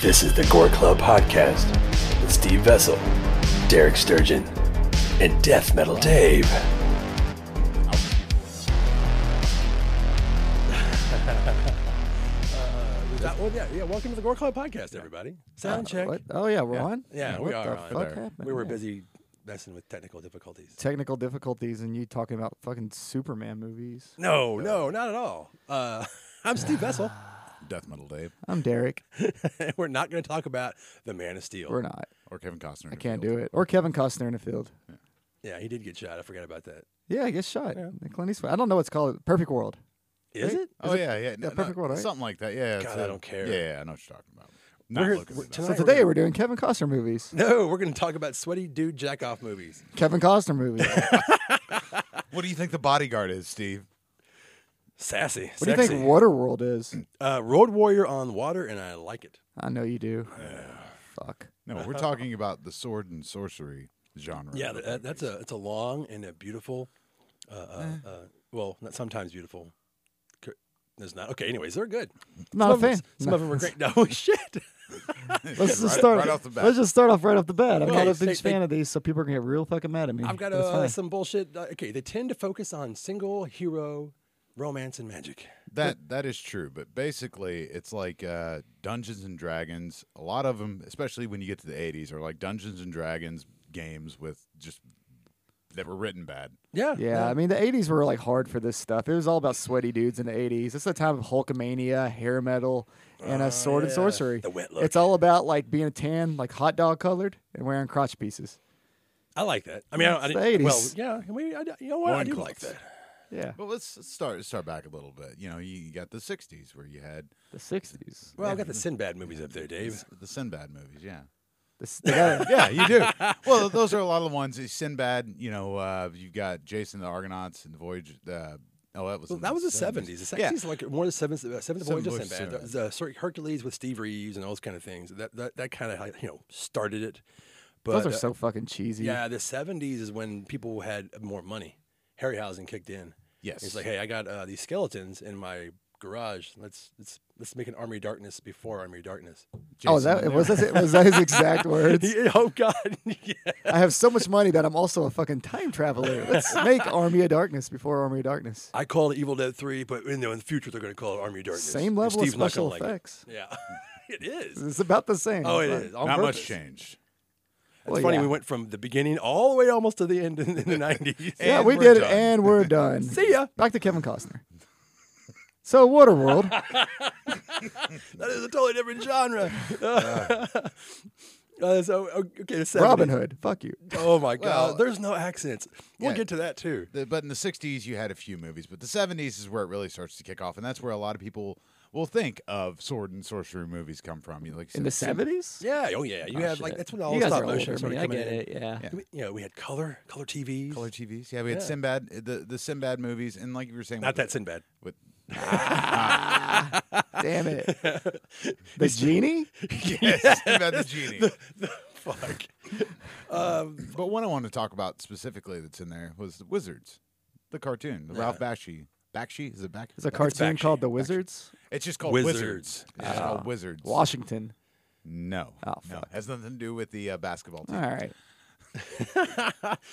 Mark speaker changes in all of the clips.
Speaker 1: This is the Gore Club Podcast with Steve Vessel, Derek Sturgeon, and Death Metal Dave.
Speaker 2: Is that one? Yeah, yeah. Welcome to the Gore Club Podcast, everybody. Sound check.
Speaker 3: What? Oh yeah, we're on.
Speaker 2: Yeah, we
Speaker 3: What
Speaker 2: are
Speaker 3: the
Speaker 2: on.
Speaker 3: fuck
Speaker 2: There.
Speaker 3: happened?
Speaker 2: We were
Speaker 3: Yeah.
Speaker 2: busy messing with technical difficulties.
Speaker 3: Technical difficulties, and you talking about fucking Superman movies.
Speaker 2: No, no, not at all. Uh, I'm Steve Vessel.
Speaker 4: Death Metal Dave
Speaker 3: I'm Derek.
Speaker 2: we're not going to talk about the Man of Steel.
Speaker 3: We're not.
Speaker 4: or Kevin Costner.
Speaker 3: I can't do it. Or Kevin Costner in the field.
Speaker 2: Yeah, he did get shot. I forgot about that.
Speaker 3: Yeah, I guess shot. The Clint Eastwood. I don't know what's called. Perfect World.
Speaker 2: Is
Speaker 3: Right?
Speaker 2: it?
Speaker 4: Oh yeah, yeah, no, no,
Speaker 3: Perfect World, right?
Speaker 4: Something like that. Yeah. it's
Speaker 2: God, I
Speaker 4: a-
Speaker 2: don't care.
Speaker 4: Yeah, yeah, I know what you're talking about. Not
Speaker 2: We're-
Speaker 4: looking
Speaker 2: we're-
Speaker 4: at
Speaker 2: tonight
Speaker 4: that.
Speaker 3: So today we're doing Kevin Costner movies.
Speaker 2: No, we're going to talk about sweaty dude jack off movies.
Speaker 3: Kevin Costner movies. what
Speaker 4: What do you think the bodyguard is, Steve?
Speaker 2: Sassy.
Speaker 3: do you think
Speaker 2: sexy.
Speaker 3: Waterworld is?
Speaker 2: Uh, Road Warrior on water, and I like it.
Speaker 3: I know you do. Fuck.
Speaker 4: No, we're talking about the sword and sorcery genre.
Speaker 2: Yeah,
Speaker 4: of
Speaker 2: Uh, that, that's
Speaker 4: movies.
Speaker 2: a it's a long and a beautiful. Uh, uh, uh, well, not sometimes beautiful. Cur- There's not. Okay, anyways, they're good.
Speaker 3: Not
Speaker 2: some
Speaker 3: a fan.
Speaker 2: Of them, some of them were great. No shit.
Speaker 3: Let's just
Speaker 4: Right-
Speaker 3: start.
Speaker 4: right off the bat.
Speaker 3: Let's just start off right off the bat. I'm
Speaker 2: Okay,
Speaker 3: not a
Speaker 2: say-
Speaker 3: big
Speaker 2: say-
Speaker 3: fan of these, so people are gonna get real fucking mad at me.
Speaker 2: I've got
Speaker 3: but it's
Speaker 2: uh,
Speaker 3: fine.
Speaker 2: some bullshit. uh, Okay, they tend to focus on single hero romance and magic.
Speaker 4: that that is true, but basically it's like uh, Dungeons and Dragons. A lot of them, especially when you get to the 80s, are like Dungeons and Dragons games with just that were written bad.
Speaker 2: Yeah.
Speaker 3: Yeah, I mean the '80s were like hard for this stuff. It was all about sweaty dudes in the '80s. It's the time of Hulkamania, hair metal, and a sword and
Speaker 2: Oh, yeah,
Speaker 3: sorcery.
Speaker 2: the wet look.
Speaker 3: It's all about like being tan, like hot dog colored, and wearing crotch pieces.
Speaker 2: I like that. I mean, I, I
Speaker 3: It's the
Speaker 2: didn't- well,
Speaker 3: 80s.
Speaker 2: yeah. We, I, you know what? I do like
Speaker 4: Loincloths.
Speaker 2: that.
Speaker 3: Yeah,
Speaker 4: But let's let's start start back a little bit. You know, you you got the 60s where you had
Speaker 3: the '60s.
Speaker 2: Well, I've got the Sinbad movies up there, Dave.
Speaker 4: the Sinbad movies, yeah.
Speaker 3: This- they got-
Speaker 4: yeah, you do. Well, those are a lot of the ones. Sinbad, you know, uh, you've got Jason the Argonauts and the Voyage. Uh, oh, that was
Speaker 2: Well,
Speaker 4: in
Speaker 2: that was the
Speaker 4: 70s.
Speaker 2: seventies. The
Speaker 4: Yeah.
Speaker 2: sixties, like more the seventh, uh, seventh
Speaker 4: Seven
Speaker 2: voyage of
Speaker 4: Voyages
Speaker 2: Sinbad,
Speaker 4: Sinbad.
Speaker 2: the, the sorry, Hercules with Steve Reeves and all those kind of things. That that, that kind of you know started it. But
Speaker 3: those are
Speaker 2: uh,
Speaker 3: so fucking cheesy.
Speaker 2: yeah, the seventies is when people had more money. Harryhausen kicked in.
Speaker 4: Yes.
Speaker 2: he's like, hey, I got uh, these skeletons in my garage. Let's let's let's make an army of darkness before army of darkness.
Speaker 3: Oh,
Speaker 4: Jason
Speaker 3: that
Speaker 4: and
Speaker 3: was that, was that his exact words?
Speaker 2: Yeah, oh God, yeah.
Speaker 3: I have so much money that I'm also a fucking time traveler. Let's make Army of Darkness before Army of Darkness.
Speaker 2: I call it Evil Dead Three, but you know, in the future they're going to call it Army of Darkness.
Speaker 3: Same
Speaker 2: And
Speaker 3: level
Speaker 2: Steve's
Speaker 3: of
Speaker 2: not
Speaker 3: special
Speaker 2: gonna
Speaker 3: effects.
Speaker 2: Like it. Yeah, it is.
Speaker 3: It's about the same.
Speaker 2: Oh, it
Speaker 3: It's like-
Speaker 2: is. On
Speaker 4: not much
Speaker 2: purpose.
Speaker 4: changed.
Speaker 2: It's
Speaker 3: Well,
Speaker 2: funny,
Speaker 3: yeah.
Speaker 2: we went from the beginning all the way almost to the end in, in the 90s.
Speaker 3: Yeah,
Speaker 4: And
Speaker 3: we
Speaker 4: we're
Speaker 3: did it,
Speaker 4: done.
Speaker 3: and we're done.
Speaker 2: See ya.
Speaker 3: Back to Kevin Costner. So Waterworld,
Speaker 2: that is a totally different genre. Uh, so, okay, the 70s.
Speaker 3: Robin Hood. Fuck you.
Speaker 2: Oh, my God.
Speaker 4: Well,
Speaker 2: There's no accents. We'll
Speaker 4: yeah.
Speaker 2: get to that, too.
Speaker 4: The- but in the 60s, you had a few movies, but the 70s is where it really starts to kick off, and that's where a lot of people will think of sword and sorcery movies come from. You know, like
Speaker 3: In the
Speaker 4: Sin-
Speaker 3: seventies.
Speaker 2: Yeah, oh, yeah. You had, like, that's when all
Speaker 3: you
Speaker 2: the
Speaker 3: guys
Speaker 2: stop
Speaker 3: are
Speaker 2: motion
Speaker 3: older,
Speaker 2: started
Speaker 3: man. I
Speaker 2: coming
Speaker 3: get
Speaker 2: in.
Speaker 3: it. Yeah.
Speaker 4: Yeah.
Speaker 2: We- You know, we had color, color TVs.
Speaker 4: color TVs. Yeah, we had
Speaker 2: Yeah.
Speaker 4: Sinbad, the the Sinbad movies, and like you were saying,
Speaker 2: Not
Speaker 4: with-
Speaker 2: that Sinbad.
Speaker 4: With
Speaker 3: Damn it. The genie.
Speaker 4: yes, Sinbad the genie.
Speaker 2: Fuck.
Speaker 4: But one I want to talk about specifically that's in there was the Wizards, the cartoon, the Ralph Bakshi. Bakshi is it Bakshi?
Speaker 3: There's a cartoon
Speaker 2: Bakshi.
Speaker 3: called The Wizards.
Speaker 4: It's just called
Speaker 2: Wizards.
Speaker 4: Wizards. It's just called Wizards.
Speaker 3: Washington.
Speaker 4: No,
Speaker 3: Oh,
Speaker 4: no,
Speaker 3: fuck.
Speaker 4: has nothing to do with the uh, basketball
Speaker 3: All
Speaker 4: team.
Speaker 3: right.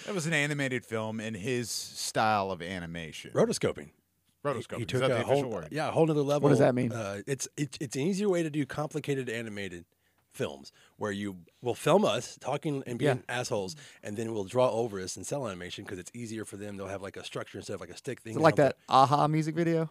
Speaker 4: That was an animated film in his style of animation.
Speaker 2: Rotoscoping.
Speaker 4: Rotoscope.
Speaker 2: He
Speaker 4: is
Speaker 2: took
Speaker 4: that
Speaker 2: a
Speaker 4: the official
Speaker 2: whole,
Speaker 4: word?
Speaker 2: yeah, a whole other level.
Speaker 3: does that mean?
Speaker 2: Uh, it's it, it's an easier way to do complicated animated films where you will film us talking and being assholes, and then we'll draw over us and sell animation because it's easier for them. They'll have like a structure instead of like a stick thing.
Speaker 3: Is it like that Aha music video?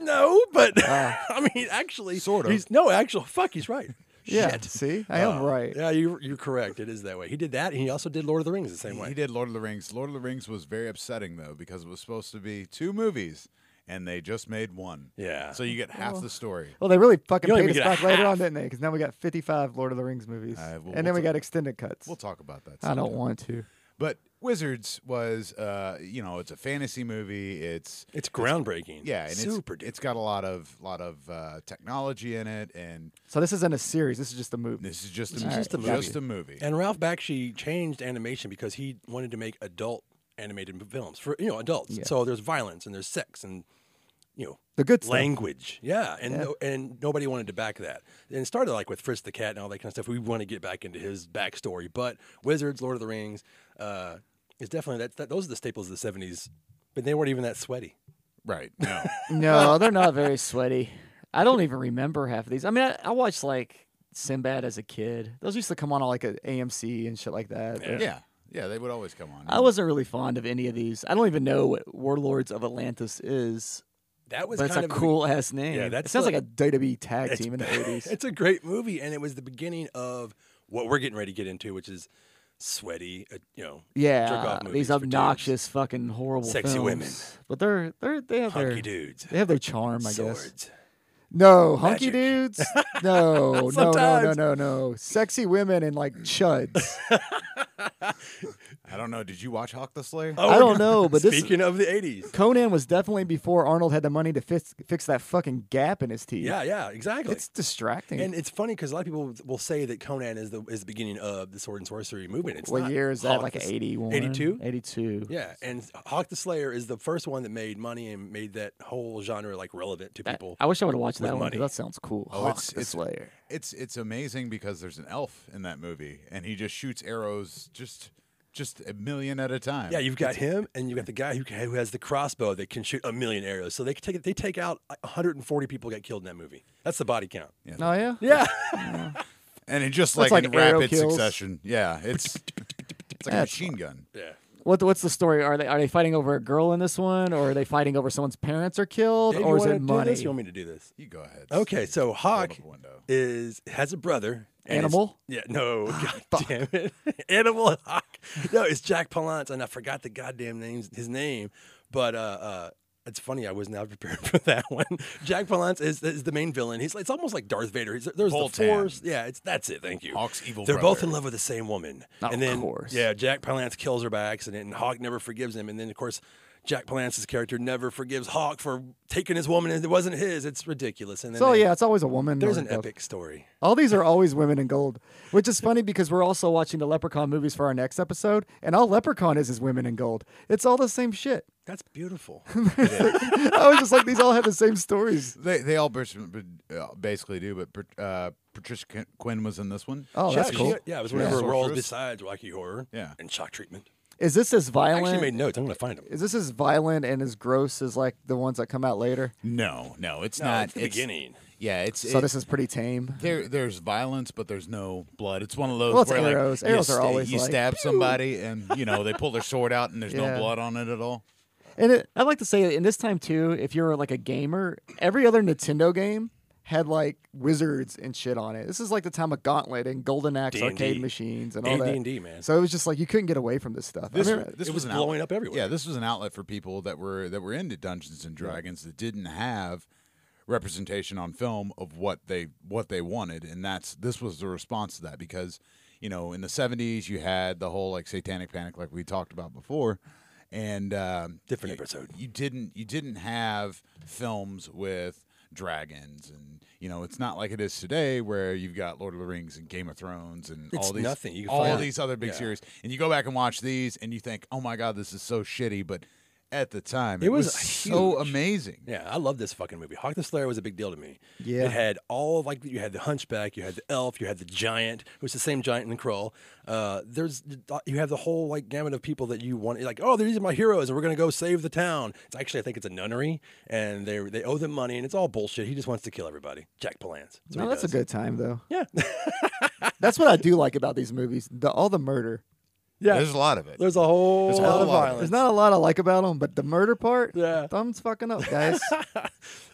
Speaker 2: No, but
Speaker 3: Ah.
Speaker 2: I mean, actually,
Speaker 4: Sort of.
Speaker 2: He's, no, actual. Fuck, he's right.
Speaker 3: Yeah.
Speaker 2: Shit. Uh,
Speaker 3: See, I am right.
Speaker 2: Yeah, you you're correct. It is that way. He did that, and he also did Lord of the Rings the same
Speaker 4: He-
Speaker 2: way.
Speaker 4: He did Lord of the Rings. Lord of the Rings was very upsetting though because it was supposed to be two movies, and they just made one.
Speaker 2: Yeah.
Speaker 4: So you get half the story.
Speaker 3: Well, they really fucking
Speaker 2: You only
Speaker 3: paid us
Speaker 2: get a
Speaker 3: back later on, didn't they? Because now we got 55 Lord of the Rings movies,
Speaker 4: Uh, well,
Speaker 3: and then
Speaker 4: we'll
Speaker 3: we
Speaker 4: t-
Speaker 3: got extended cuts.
Speaker 4: We'll talk about that.
Speaker 3: I don't
Speaker 4: sometime.
Speaker 3: want to.
Speaker 4: But Wizards was, uh, you know, it's a fantasy movie. It's
Speaker 2: It's groundbreaking.
Speaker 4: yeah, and
Speaker 2: super.
Speaker 4: it's, it's got a lot of lot of uh, technology in it, and
Speaker 3: So this isn't a series. This is just a movie.
Speaker 4: this is just a,
Speaker 3: It's just a movie.
Speaker 4: Just a movie.
Speaker 2: And Ralph Bakshi changed animation because he wanted to make adult animated m- films for you know adults. So there's violence and there's sex and you know
Speaker 3: The good stuff.
Speaker 2: language. Yeah, and
Speaker 3: Yeah.
Speaker 2: No, and nobody wanted to back that. And it started like with Fritz the Cat and all that kind of stuff. We want to get back into his backstory, but Wizards, Lord of the Rings, uh, is definitely that, that. Those are the staples of the '70s, but they weren't even that sweaty.
Speaker 4: Right. No.
Speaker 3: No, they're not very sweaty. I don't even remember half of these. I mean, I, I watched like Sinbad as a kid. Those used to come on like at AMC and shit like that. but
Speaker 4: yeah. Yeah. They would always come on.
Speaker 3: I wasn't really fond of any of these. I don't even know what Warlords of Atlantis is,
Speaker 2: That was
Speaker 3: but it's
Speaker 2: kind
Speaker 3: a
Speaker 2: of
Speaker 3: cool ass name.
Speaker 2: Yeah,
Speaker 3: that
Speaker 2: that's
Speaker 3: sounds
Speaker 2: like-
Speaker 3: like a WWE tag
Speaker 2: It's-
Speaker 3: team in the eighties.
Speaker 2: It's a great movie, and it was the beginning of what we're getting ready to get into, which is sweaty. Uh, you know,
Speaker 3: Yeah,
Speaker 2: movies
Speaker 3: these
Speaker 2: for teens.
Speaker 3: obnoxious, fucking horrible,
Speaker 2: Sexy
Speaker 3: films.
Speaker 2: women.
Speaker 3: But they're they're they have
Speaker 2: hunky
Speaker 3: their
Speaker 2: dudes,
Speaker 3: they have their charm, I guess.
Speaker 2: swords.
Speaker 3: No, hunky
Speaker 2: Magic.
Speaker 3: dudes. No, no, no, no,
Speaker 2: Sometimes.
Speaker 3: no, no. Sexy women and like chuds.
Speaker 4: I don't know. Did you watch Hawk the Slayer?
Speaker 2: Oh,
Speaker 3: I
Speaker 2: we're gonna-
Speaker 3: don't know, but this-
Speaker 2: speaking of the '80s,
Speaker 3: Conan was definitely before Arnold had the money to fix, fix that fucking gap in his teeth.
Speaker 2: yeah, yeah, exactly.
Speaker 3: It's distracting.
Speaker 2: and it's funny because a lot of people will say that Conan is the is the beginning of the sword and sorcery movement. It's
Speaker 3: what
Speaker 2: not.
Speaker 3: year is that?
Speaker 2: Hawk
Speaker 3: like
Speaker 2: the S-
Speaker 3: 81?
Speaker 2: 82?
Speaker 3: 82.
Speaker 2: Yeah, and Hawk the Slayer is the first one that made money and made that whole genre like relevant to
Speaker 3: That-
Speaker 2: people.
Speaker 3: I wish I would have watched
Speaker 2: with
Speaker 3: that one. 'cause
Speaker 2: money.
Speaker 3: That sounds cool.
Speaker 4: Oh,
Speaker 3: Hawk
Speaker 4: it's-
Speaker 3: the
Speaker 4: it's-
Speaker 3: Slayer.
Speaker 4: It's it's amazing because there's an elf in that movie and he just shoots arrows just just a million at a time.
Speaker 2: Yeah, you've got him, and you've got the guy who, ca- who has the crossbow that can shoot a million arrows. So they can take they take out 140 people got killed in that movie. That's the body count.
Speaker 3: Oh yeah.
Speaker 2: Yeah,
Speaker 4: and it just
Speaker 3: That's
Speaker 4: like,
Speaker 3: like
Speaker 4: in
Speaker 3: arrow
Speaker 4: rapid
Speaker 3: kills.
Speaker 4: succession. Yeah, it's it's like a
Speaker 3: That's
Speaker 4: machine gun.
Speaker 2: yeah.
Speaker 3: What what's the story? Are they are they fighting over a girl in this one, or are they fighting over someone's parents are killed,
Speaker 2: Dave, you
Speaker 3: or is
Speaker 2: wanna
Speaker 3: it
Speaker 2: do
Speaker 3: money?
Speaker 2: This? You want me to do this?
Speaker 4: You go ahead.
Speaker 2: Okay, so
Speaker 4: Roll up
Speaker 2: Hawk
Speaker 4: a window.
Speaker 2: is has a brother. and it's-
Speaker 3: Animal?
Speaker 2: Yeah, no, god damn it, Animal and Hawk. No, it's Jack Palance, and I forgot the goddamn name's his name, but uh, uh, it's funny I was not prepared for that one. Jack Palance is, is the main villain. He's it's almost like Darth Vader. He's, there's
Speaker 4: Voltan.
Speaker 2: the force. Yeah, it's that's it. Thank you.
Speaker 4: Hawk's evil
Speaker 2: They're both
Speaker 4: brother.
Speaker 2: in love with the same woman,
Speaker 3: Of
Speaker 2: and then
Speaker 3: course.
Speaker 2: yeah, Jack Palance kills her by accident, and Hawk never forgives him, and then of course. Jack Palance's character never forgives Hawk for taking his woman, and it wasn't his. It's ridiculous. And then
Speaker 3: so
Speaker 2: they-
Speaker 3: yeah, it's always a woman.
Speaker 2: there's
Speaker 3: or
Speaker 2: an
Speaker 3: a-
Speaker 2: epic story.
Speaker 3: All these are always women in gold, which is funny because we're also watching the Leprechaun movies for our next episode, and all Leprechaun is is women in gold. It's all the same shit.
Speaker 2: That's beautiful.
Speaker 3: I was just like, these all have the same stories.
Speaker 4: They they all bas- uh, basically do, but Pat- uh, Patricia Quin- Quinn was in this one.
Speaker 3: Oh, that's
Speaker 2: yeah,
Speaker 3: cool.
Speaker 2: she- yeah, it was
Speaker 4: Yeah.
Speaker 2: one of her roles
Speaker 4: Sorceress.
Speaker 2: besides wacky horror.
Speaker 4: Yeah.
Speaker 2: and shock treatment.
Speaker 3: Is this as
Speaker 2: I actually
Speaker 3: violent?
Speaker 2: made notes. I'm gonna find them.
Speaker 3: is this as violent and as gross as like the ones that come out later?
Speaker 4: No, no, it's
Speaker 2: No,
Speaker 4: not.
Speaker 2: it's the beginning.
Speaker 4: Yeah, it's
Speaker 3: so
Speaker 4: it-
Speaker 3: this is pretty tame.
Speaker 4: There, there's violence, but there's no blood. It's one of those
Speaker 3: Well, it's
Speaker 4: where
Speaker 3: arrows.
Speaker 4: like
Speaker 3: Arrows
Speaker 4: you,
Speaker 3: are
Speaker 4: sta-
Speaker 3: always
Speaker 4: you
Speaker 3: like,
Speaker 4: stab somebody and you know they pull their sword out and there's
Speaker 3: Yeah.
Speaker 4: no blood on it at all.
Speaker 3: And it, I'd like to say in this time too, if you're like a gamer, every other Nintendo game had like wizards and shit on it. This is like the time of Gauntlet and Golden axe
Speaker 2: D&D.
Speaker 3: arcade machines and all
Speaker 2: And
Speaker 3: that.
Speaker 2: D&D, man.
Speaker 3: So it was just like you couldn't get away from this stuff.
Speaker 4: This,
Speaker 3: I remember-
Speaker 4: this
Speaker 2: it was
Speaker 4: an
Speaker 2: blowing
Speaker 4: outlet-
Speaker 2: up everywhere.
Speaker 4: Yeah, this was an outlet for people that were that were into Dungeons and Dragons that didn't have representation on film of what they what they wanted, and that's this was the response to that because you know in the 70s you had the whole like satanic panic like we talked about before, and um,
Speaker 2: Different
Speaker 4: you-
Speaker 2: episode.
Speaker 4: you didn't you didn't have films with dragons and you know it's not like it is today where you've got Lord of the Rings and Game of Thrones and
Speaker 2: It's
Speaker 4: all these
Speaker 2: nothing. You can
Speaker 4: all
Speaker 2: find-
Speaker 4: these other big
Speaker 2: Yeah.
Speaker 4: series and you go back and watch these and you think oh my god this is so shitty but at the time it,
Speaker 2: It was
Speaker 4: so
Speaker 2: huge.
Speaker 4: amazing
Speaker 2: Yeah, I love this fucking movie. Hawk the Slayer was a big deal to me.
Speaker 3: Yeah.
Speaker 2: It had all like you had the hunchback, you had the elf, you had the giant, who was the same giant in the crawl. Uh, there's you have the whole like gamut of people that you want like, oh, these are my heroes and we're gonna go save the town. It's actually I think it's a nunnery and they they owe them money and it's all bullshit. He just wants to kill everybody. Jack Palance. what
Speaker 3: no,
Speaker 2: he
Speaker 3: that's
Speaker 2: does.
Speaker 3: a good time though.
Speaker 2: Yeah.
Speaker 3: That's what I do like about these movies. The, all the murder.
Speaker 2: yeah.
Speaker 4: there's a lot of it
Speaker 2: There's a whole
Speaker 4: There's a
Speaker 2: lot
Speaker 4: whole
Speaker 2: of
Speaker 4: lot of
Speaker 2: violence.
Speaker 3: There's not a lot I like about them, but the murder part,
Speaker 2: Yeah.
Speaker 3: thumbs fucking up, guys.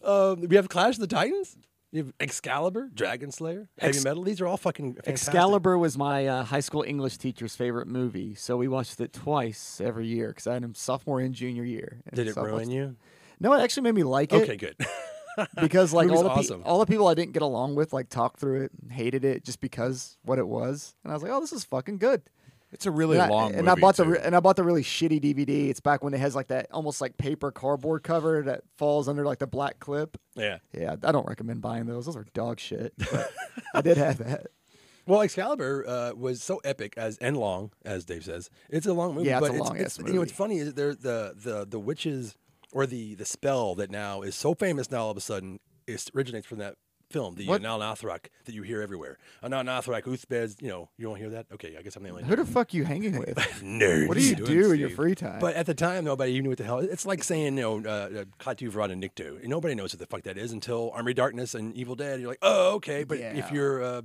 Speaker 2: Um, we have Clash of the Titans. You have Excalibur, Dragon Slayer, Heavy Metal. These are all fucking fantastic.
Speaker 3: Excalibur was my uh, high school English teacher's favorite movie, so we watched it twice every year because I had him sophomore and junior year. And
Speaker 2: Did it
Speaker 3: so I
Speaker 2: ruin
Speaker 3: watched-
Speaker 2: you?
Speaker 3: No, it actually made me like it.
Speaker 2: Okay, good.
Speaker 3: because like
Speaker 2: Movie's
Speaker 3: all the pe-
Speaker 2: awesome.
Speaker 3: all the people I didn't get along with like talked through it and hated it just because what it was, and I was like, oh, this is fucking good.
Speaker 4: it's a really
Speaker 3: and
Speaker 4: long
Speaker 3: I, and
Speaker 4: movie
Speaker 3: I bought the
Speaker 4: too.
Speaker 3: re- and I bought the really shitty DVD. It's back when it has like that almost like paper cardboard cover that falls under like the black clip.
Speaker 2: yeah.
Speaker 3: Yeah, I don't recommend buying those. Those are dog shit. But I did have that.
Speaker 2: Well, Excalibur uh, was so epic as and long as Dave says. It's a long movie,
Speaker 3: Yeah, it's
Speaker 2: but
Speaker 3: a long-ass
Speaker 2: You know, what's
Speaker 3: movie.
Speaker 2: funny is there the the the witches or the the spell that now is so famous now all of a sudden is originates from that film, the
Speaker 3: What?
Speaker 2: Anal Nathrak that you hear everywhere. Anal Nathrak, Uthbeds, you know, you don't hear that? Okay, I guess I'm the only
Speaker 3: Who the fuck you hanging with?
Speaker 2: nerd.
Speaker 3: What do you
Speaker 4: doing,
Speaker 3: do in your
Speaker 4: Steve?
Speaker 3: free time?
Speaker 2: But at the time, nobody even knew what the hell. It's like saying, you know, uh, uh, Klaatu, Verad, and Nikto. Nobody knows what the fuck that is until Army of Darkness and Evil Dead. You're like, oh, okay. But
Speaker 3: Yeah.
Speaker 2: if you're uh,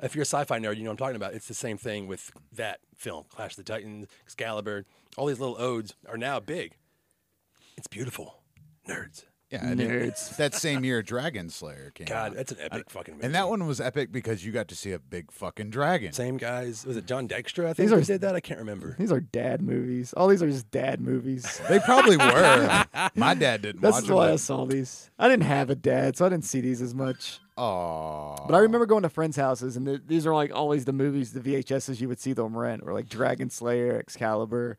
Speaker 2: if you're a sci-fi nerd, you know what I'm talking about. It's the same thing with that film, Clash of the Titans, Excalibur. All these little odes are now big. It's beautiful, nerds.
Speaker 4: Yeah, and it-
Speaker 3: Nerds.
Speaker 4: that same year, Dragon Slayer came
Speaker 2: God,
Speaker 4: out.
Speaker 2: that's an epic fucking. Movie.
Speaker 4: and that one was epic because you got to see a big fucking dragon.
Speaker 2: same guys. Was it John Dexter? I think
Speaker 3: are-
Speaker 2: who did that. I can't remember.
Speaker 3: These are dad movies. All these are just dad movies.
Speaker 4: They probably were. My dad didn't
Speaker 3: That's
Speaker 4: watch them.
Speaker 3: why I saw these. I didn't have a dad, so I didn't see these as much.
Speaker 4: Aw.
Speaker 3: But I remember going to friends' houses, and th- these are like always the movies, the VHSs you would see them rent, or like Dragon Slayer, Excalibur.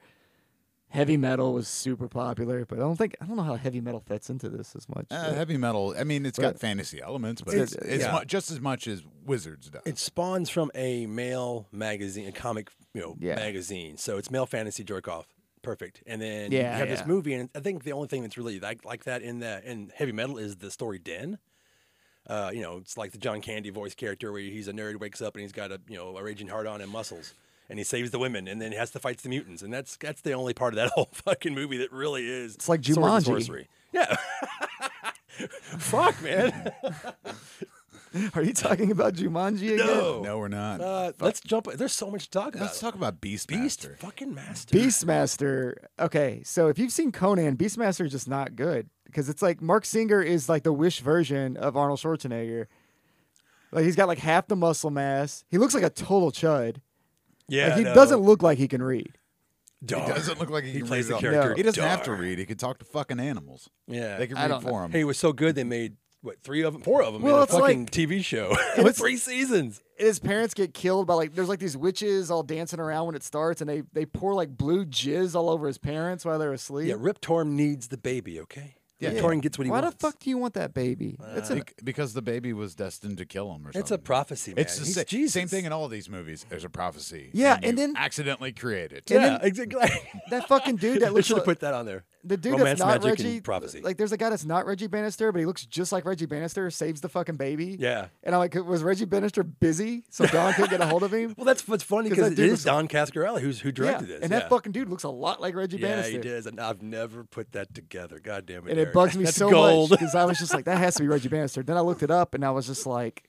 Speaker 3: Heavy metal was super popular, but I don't think I don't know how heavy metal fits into this as much.
Speaker 4: Uh, heavy metal. I mean, it's got fantasy elements, but
Speaker 3: It's-
Speaker 4: it's,
Speaker 2: yeah.
Speaker 4: mu- just as much as Wizards does.
Speaker 2: it spawns from a male magazine, a comic, you know,
Speaker 3: Yeah.
Speaker 2: magazine. So it's male fantasy jerk off. Perfect. And then
Speaker 3: Yeah,
Speaker 2: you have
Speaker 3: yeah.
Speaker 2: this movie, and I think the only thing that's really like like that in the in heavy metal is the story Den. Uh, you know, it's like the John Candy voice character where he's a nerd, wakes up and he's got a you know a raging heart on and muscles, and he saves the women, and then he has to fight the mutants, and that's that's the only part of that whole fucking movie that really is.
Speaker 3: It's like
Speaker 2: sword and
Speaker 3: Jumanji.
Speaker 2: sorcery. Yeah. Fuck, man.
Speaker 3: Are you talking about Jumanji again?
Speaker 2: No.
Speaker 4: no, we're not.
Speaker 2: Uh, let's jump. There's so much to talk about.
Speaker 4: Let's talk about Beast
Speaker 2: Beast
Speaker 4: Master.
Speaker 2: fucking master.
Speaker 3: Beastmaster. Okay, so if you've seen Conan, Beastmaster is just not good because it's like Mark Singer is like the wish version of Arnold Schwarzenegger. Like he's got like half the muscle mass. He looks like a total chud.
Speaker 2: Yeah,
Speaker 3: Like he
Speaker 2: no.
Speaker 3: doesn't look like he can read.
Speaker 2: Darn.
Speaker 4: He doesn't look like Oh, he,
Speaker 2: He
Speaker 4: can
Speaker 2: plays the
Speaker 4: read at all.
Speaker 2: character.
Speaker 3: No.
Speaker 4: He doesn't have to
Speaker 2: Darn.
Speaker 4: read. He can talk to fucking animals.
Speaker 2: Yeah.
Speaker 4: They can
Speaker 3: I don't
Speaker 4: read
Speaker 3: know.
Speaker 4: for him.
Speaker 2: hey, it was so good they made what three of them, four of them
Speaker 3: Well,
Speaker 2: in a
Speaker 3: it's like-
Speaker 2: fucking TV show.
Speaker 3: it's-
Speaker 2: three seasons.
Speaker 3: And his parents get killed by like there's like these witches all dancing around when it starts, and they they pour like blue jizz all over his parents while they're asleep.
Speaker 2: Yeah, Rip Torn needs the baby. Okay.
Speaker 4: Yeah.
Speaker 2: Rip Torn gets what he
Speaker 3: Why
Speaker 2: wants. Uh,
Speaker 3: the fuck do you want that baby? That's an
Speaker 4: Bec- uh, because the baby was destined to kill him or something.
Speaker 2: It's a prophecy, man.
Speaker 4: It's the
Speaker 2: He's
Speaker 4: sa-
Speaker 2: Jesus.
Speaker 4: same thing in all these movies. There's a prophecy.
Speaker 3: Yeah,
Speaker 4: you
Speaker 3: and then-
Speaker 4: accidentally create it.
Speaker 2: yeah, exactly.
Speaker 3: that fucking dude that
Speaker 2: They
Speaker 3: looks
Speaker 2: should
Speaker 3: like,
Speaker 2: have put that on there.
Speaker 3: the dude
Speaker 2: Romance,
Speaker 3: that's not
Speaker 2: magic,
Speaker 3: Reggie
Speaker 2: and prophecy.
Speaker 3: Like there's a guy that's not Reggie Bannister, but he looks just like Reggie Bannister. Saves the fucking baby.
Speaker 2: Yeah.
Speaker 3: And I'm like, was Reggie Bannister busy so Don couldn't get a hold of him?
Speaker 2: well, that's what's funny
Speaker 3: 'Cause
Speaker 2: because
Speaker 3: that
Speaker 2: it
Speaker 3: dude
Speaker 2: is
Speaker 3: was-
Speaker 2: Don Cascarelli who's who
Speaker 3: yeah.
Speaker 2: directed this.
Speaker 3: And
Speaker 2: yeah.
Speaker 3: that fucking dude looks a lot like Reggie
Speaker 2: Yeah,
Speaker 3: Bannister.
Speaker 2: he does, and I've never put that together. God damn it!
Speaker 3: And
Speaker 2: Derek.
Speaker 3: it bugs me
Speaker 2: That's
Speaker 3: so
Speaker 2: gold.
Speaker 3: much because I was just like, that has to be Reggie Bannister. Then I looked it up and I was just like,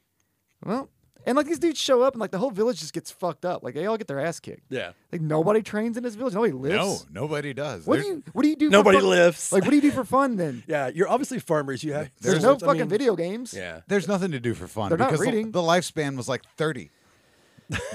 Speaker 3: well, and like these dudes show up and like the whole village just gets fucked up. Like they all get their ass kicked.
Speaker 2: yeah,
Speaker 3: Like nobody trains in this village. Nobody
Speaker 4: No,
Speaker 3: lives.
Speaker 4: nobody does.
Speaker 3: What
Speaker 4: There's-
Speaker 3: do you What do you do? for
Speaker 2: nobody
Speaker 3: fun-
Speaker 2: lifts.
Speaker 3: Like what do you do for fun then?
Speaker 2: yeah, you're obviously farmers. You have
Speaker 3: There's,
Speaker 2: tools.
Speaker 3: no
Speaker 2: I
Speaker 3: fucking
Speaker 2: mean,
Speaker 3: video games.
Speaker 2: Yeah,
Speaker 4: There's nothing to do for fun
Speaker 3: They're not
Speaker 4: because the-
Speaker 3: reading.
Speaker 4: The, lifespan was like 30.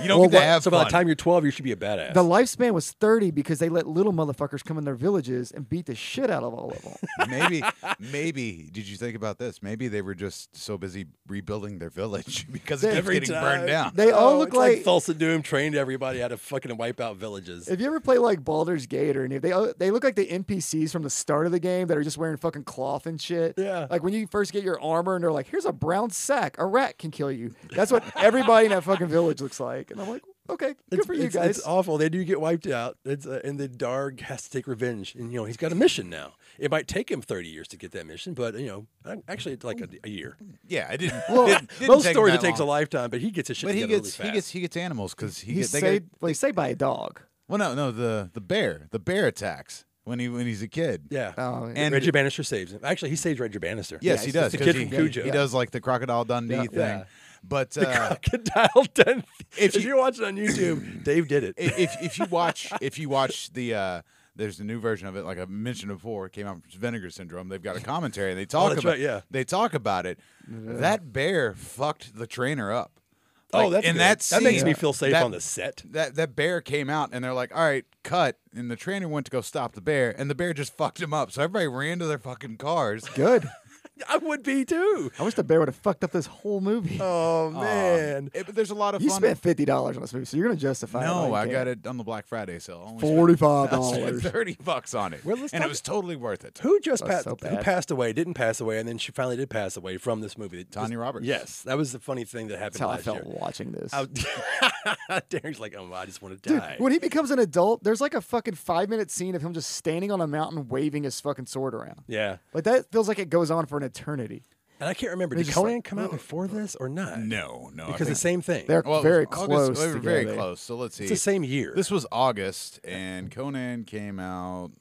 Speaker 4: You don't
Speaker 3: Well,
Speaker 4: get to
Speaker 3: what-
Speaker 4: have
Speaker 2: so by
Speaker 4: fun.
Speaker 2: the time you're 12, you should be a badass.
Speaker 3: The lifespan was 30 because they let little motherfuckers come in their villages and beat the shit out of all of them.
Speaker 4: maybe, maybe. Did you think about this? Maybe they were just so busy rebuilding their village because it
Speaker 3: They-
Speaker 4: kept
Speaker 2: Every
Speaker 4: getting
Speaker 2: time.
Speaker 4: burned down.
Speaker 3: They all look
Speaker 2: Oh, it's like,
Speaker 3: like-
Speaker 2: Thulsa Doom trained everybody how to fucking wipe out villages.
Speaker 3: if you ever play like Baldur's Gate or any of they uh, they look like the NPCs from the start of the game that are just wearing fucking cloth and shit.
Speaker 2: Yeah.
Speaker 3: Like when you first get your armor and they're like, here's a brown sack. A rat can kill you. That's what everybody in that fucking village looks like. And I'm like, okay, good
Speaker 2: it's,
Speaker 3: for you
Speaker 2: it's-
Speaker 3: guys.
Speaker 2: It's awful. They do get wiped out. It's uh, and the Darg has to take revenge, and you know he's got a mission now. It might take him 30 years to get that mission, but you know I- actually it's like a, a year.
Speaker 4: Yeah, it didn't.
Speaker 3: Well,
Speaker 4: didn't, didn't
Speaker 2: Most
Speaker 4: take
Speaker 2: stories
Speaker 4: that
Speaker 2: it takes a
Speaker 4: long.
Speaker 2: lifetime, but he gets his shit
Speaker 4: But he
Speaker 2: together really
Speaker 4: gets he
Speaker 2: fast.
Speaker 4: gets he gets animals because he
Speaker 3: he's
Speaker 4: gets, they
Speaker 3: saved,
Speaker 4: get,
Speaker 3: well, he's saved by a dog.
Speaker 4: well no no the the bear the bear attacks when he when he's a kid
Speaker 2: yeah.
Speaker 3: Oh, yeah.
Speaker 4: and
Speaker 2: Reggie Bannister saves him. Actually, he saves Reggie Bannister.
Speaker 4: yes he does
Speaker 2: The
Speaker 4: 'cause
Speaker 2: kid
Speaker 4: he,
Speaker 2: from Cujo.
Speaker 4: he does like the crocodile Dundee
Speaker 3: Yeah.
Speaker 4: thing but uh,
Speaker 2: Crocodile Dundee.
Speaker 4: If
Speaker 2: If,
Speaker 4: you-
Speaker 2: you, are watching on YouTube, Dave did it.
Speaker 4: i- if if you watch if you watch the uh, there's a new version of it like I mentioned before it came out from Vinegar Syndrome they've got a commentary and they talk
Speaker 2: Oh, that's
Speaker 4: about
Speaker 2: right, yeah.
Speaker 4: they talk about it that bear fucked the trainer up
Speaker 2: oh,
Speaker 4: Like,
Speaker 2: that's
Speaker 4: in
Speaker 2: good.
Speaker 4: that
Speaker 2: that makes
Speaker 4: scene,
Speaker 2: me feel safe
Speaker 4: that-
Speaker 2: on the set.
Speaker 4: that that bear came out and they're like, "All right, cut." And the trainer went to go stop the bear, and the bear just fucked him up. So everybody ran to their fucking cars.
Speaker 3: Good.
Speaker 2: I would be too.
Speaker 3: I wish the bear would have fucked up this whole movie.
Speaker 2: Oh
Speaker 4: Aw.
Speaker 2: man.
Speaker 4: It- but there's a lot of
Speaker 3: you
Speaker 4: fun.
Speaker 3: spent fifty dollars on this movie, so you're gonna justify it.
Speaker 4: no, I got it on the Black Friday sale. I only spent-
Speaker 3: Forty five
Speaker 4: I spent
Speaker 3: dollars.
Speaker 4: thirty bucks on it,
Speaker 2: Well, let's
Speaker 4: and
Speaker 2: talk-
Speaker 4: it was totally worth it.
Speaker 2: Who just
Speaker 3: That's
Speaker 2: passed?
Speaker 3: so
Speaker 2: who
Speaker 3: bad.
Speaker 2: passed away? Didn't pass away, and then she finally did pass away from this movie. It-
Speaker 4: Tanya
Speaker 2: this-
Speaker 4: Roberts.
Speaker 2: Yes, that was the funny thing that happened
Speaker 3: That's how I
Speaker 2: last
Speaker 3: felt
Speaker 2: year.
Speaker 3: watching this.
Speaker 2: I, Darren's like, oh, I just want to
Speaker 3: Dude,
Speaker 2: die.
Speaker 3: when he becomes an adult, there's like a fucking five minute scene of him just standing on a mountain waving his fucking sword around.
Speaker 2: yeah,
Speaker 3: Like that feels like it goes on for an eternity.
Speaker 2: and I can't remember.
Speaker 3: They're
Speaker 2: Did
Speaker 3: just like,
Speaker 2: Conan come out before this or not?
Speaker 4: No, no, I
Speaker 2: because the
Speaker 4: think-
Speaker 2: same thing.
Speaker 3: They're
Speaker 4: well, it was
Speaker 3: very
Speaker 4: August-
Speaker 3: close.
Speaker 4: They were very
Speaker 3: together.
Speaker 4: close. So let's see.
Speaker 2: it's the same year.
Speaker 4: This was August, and Conan came out.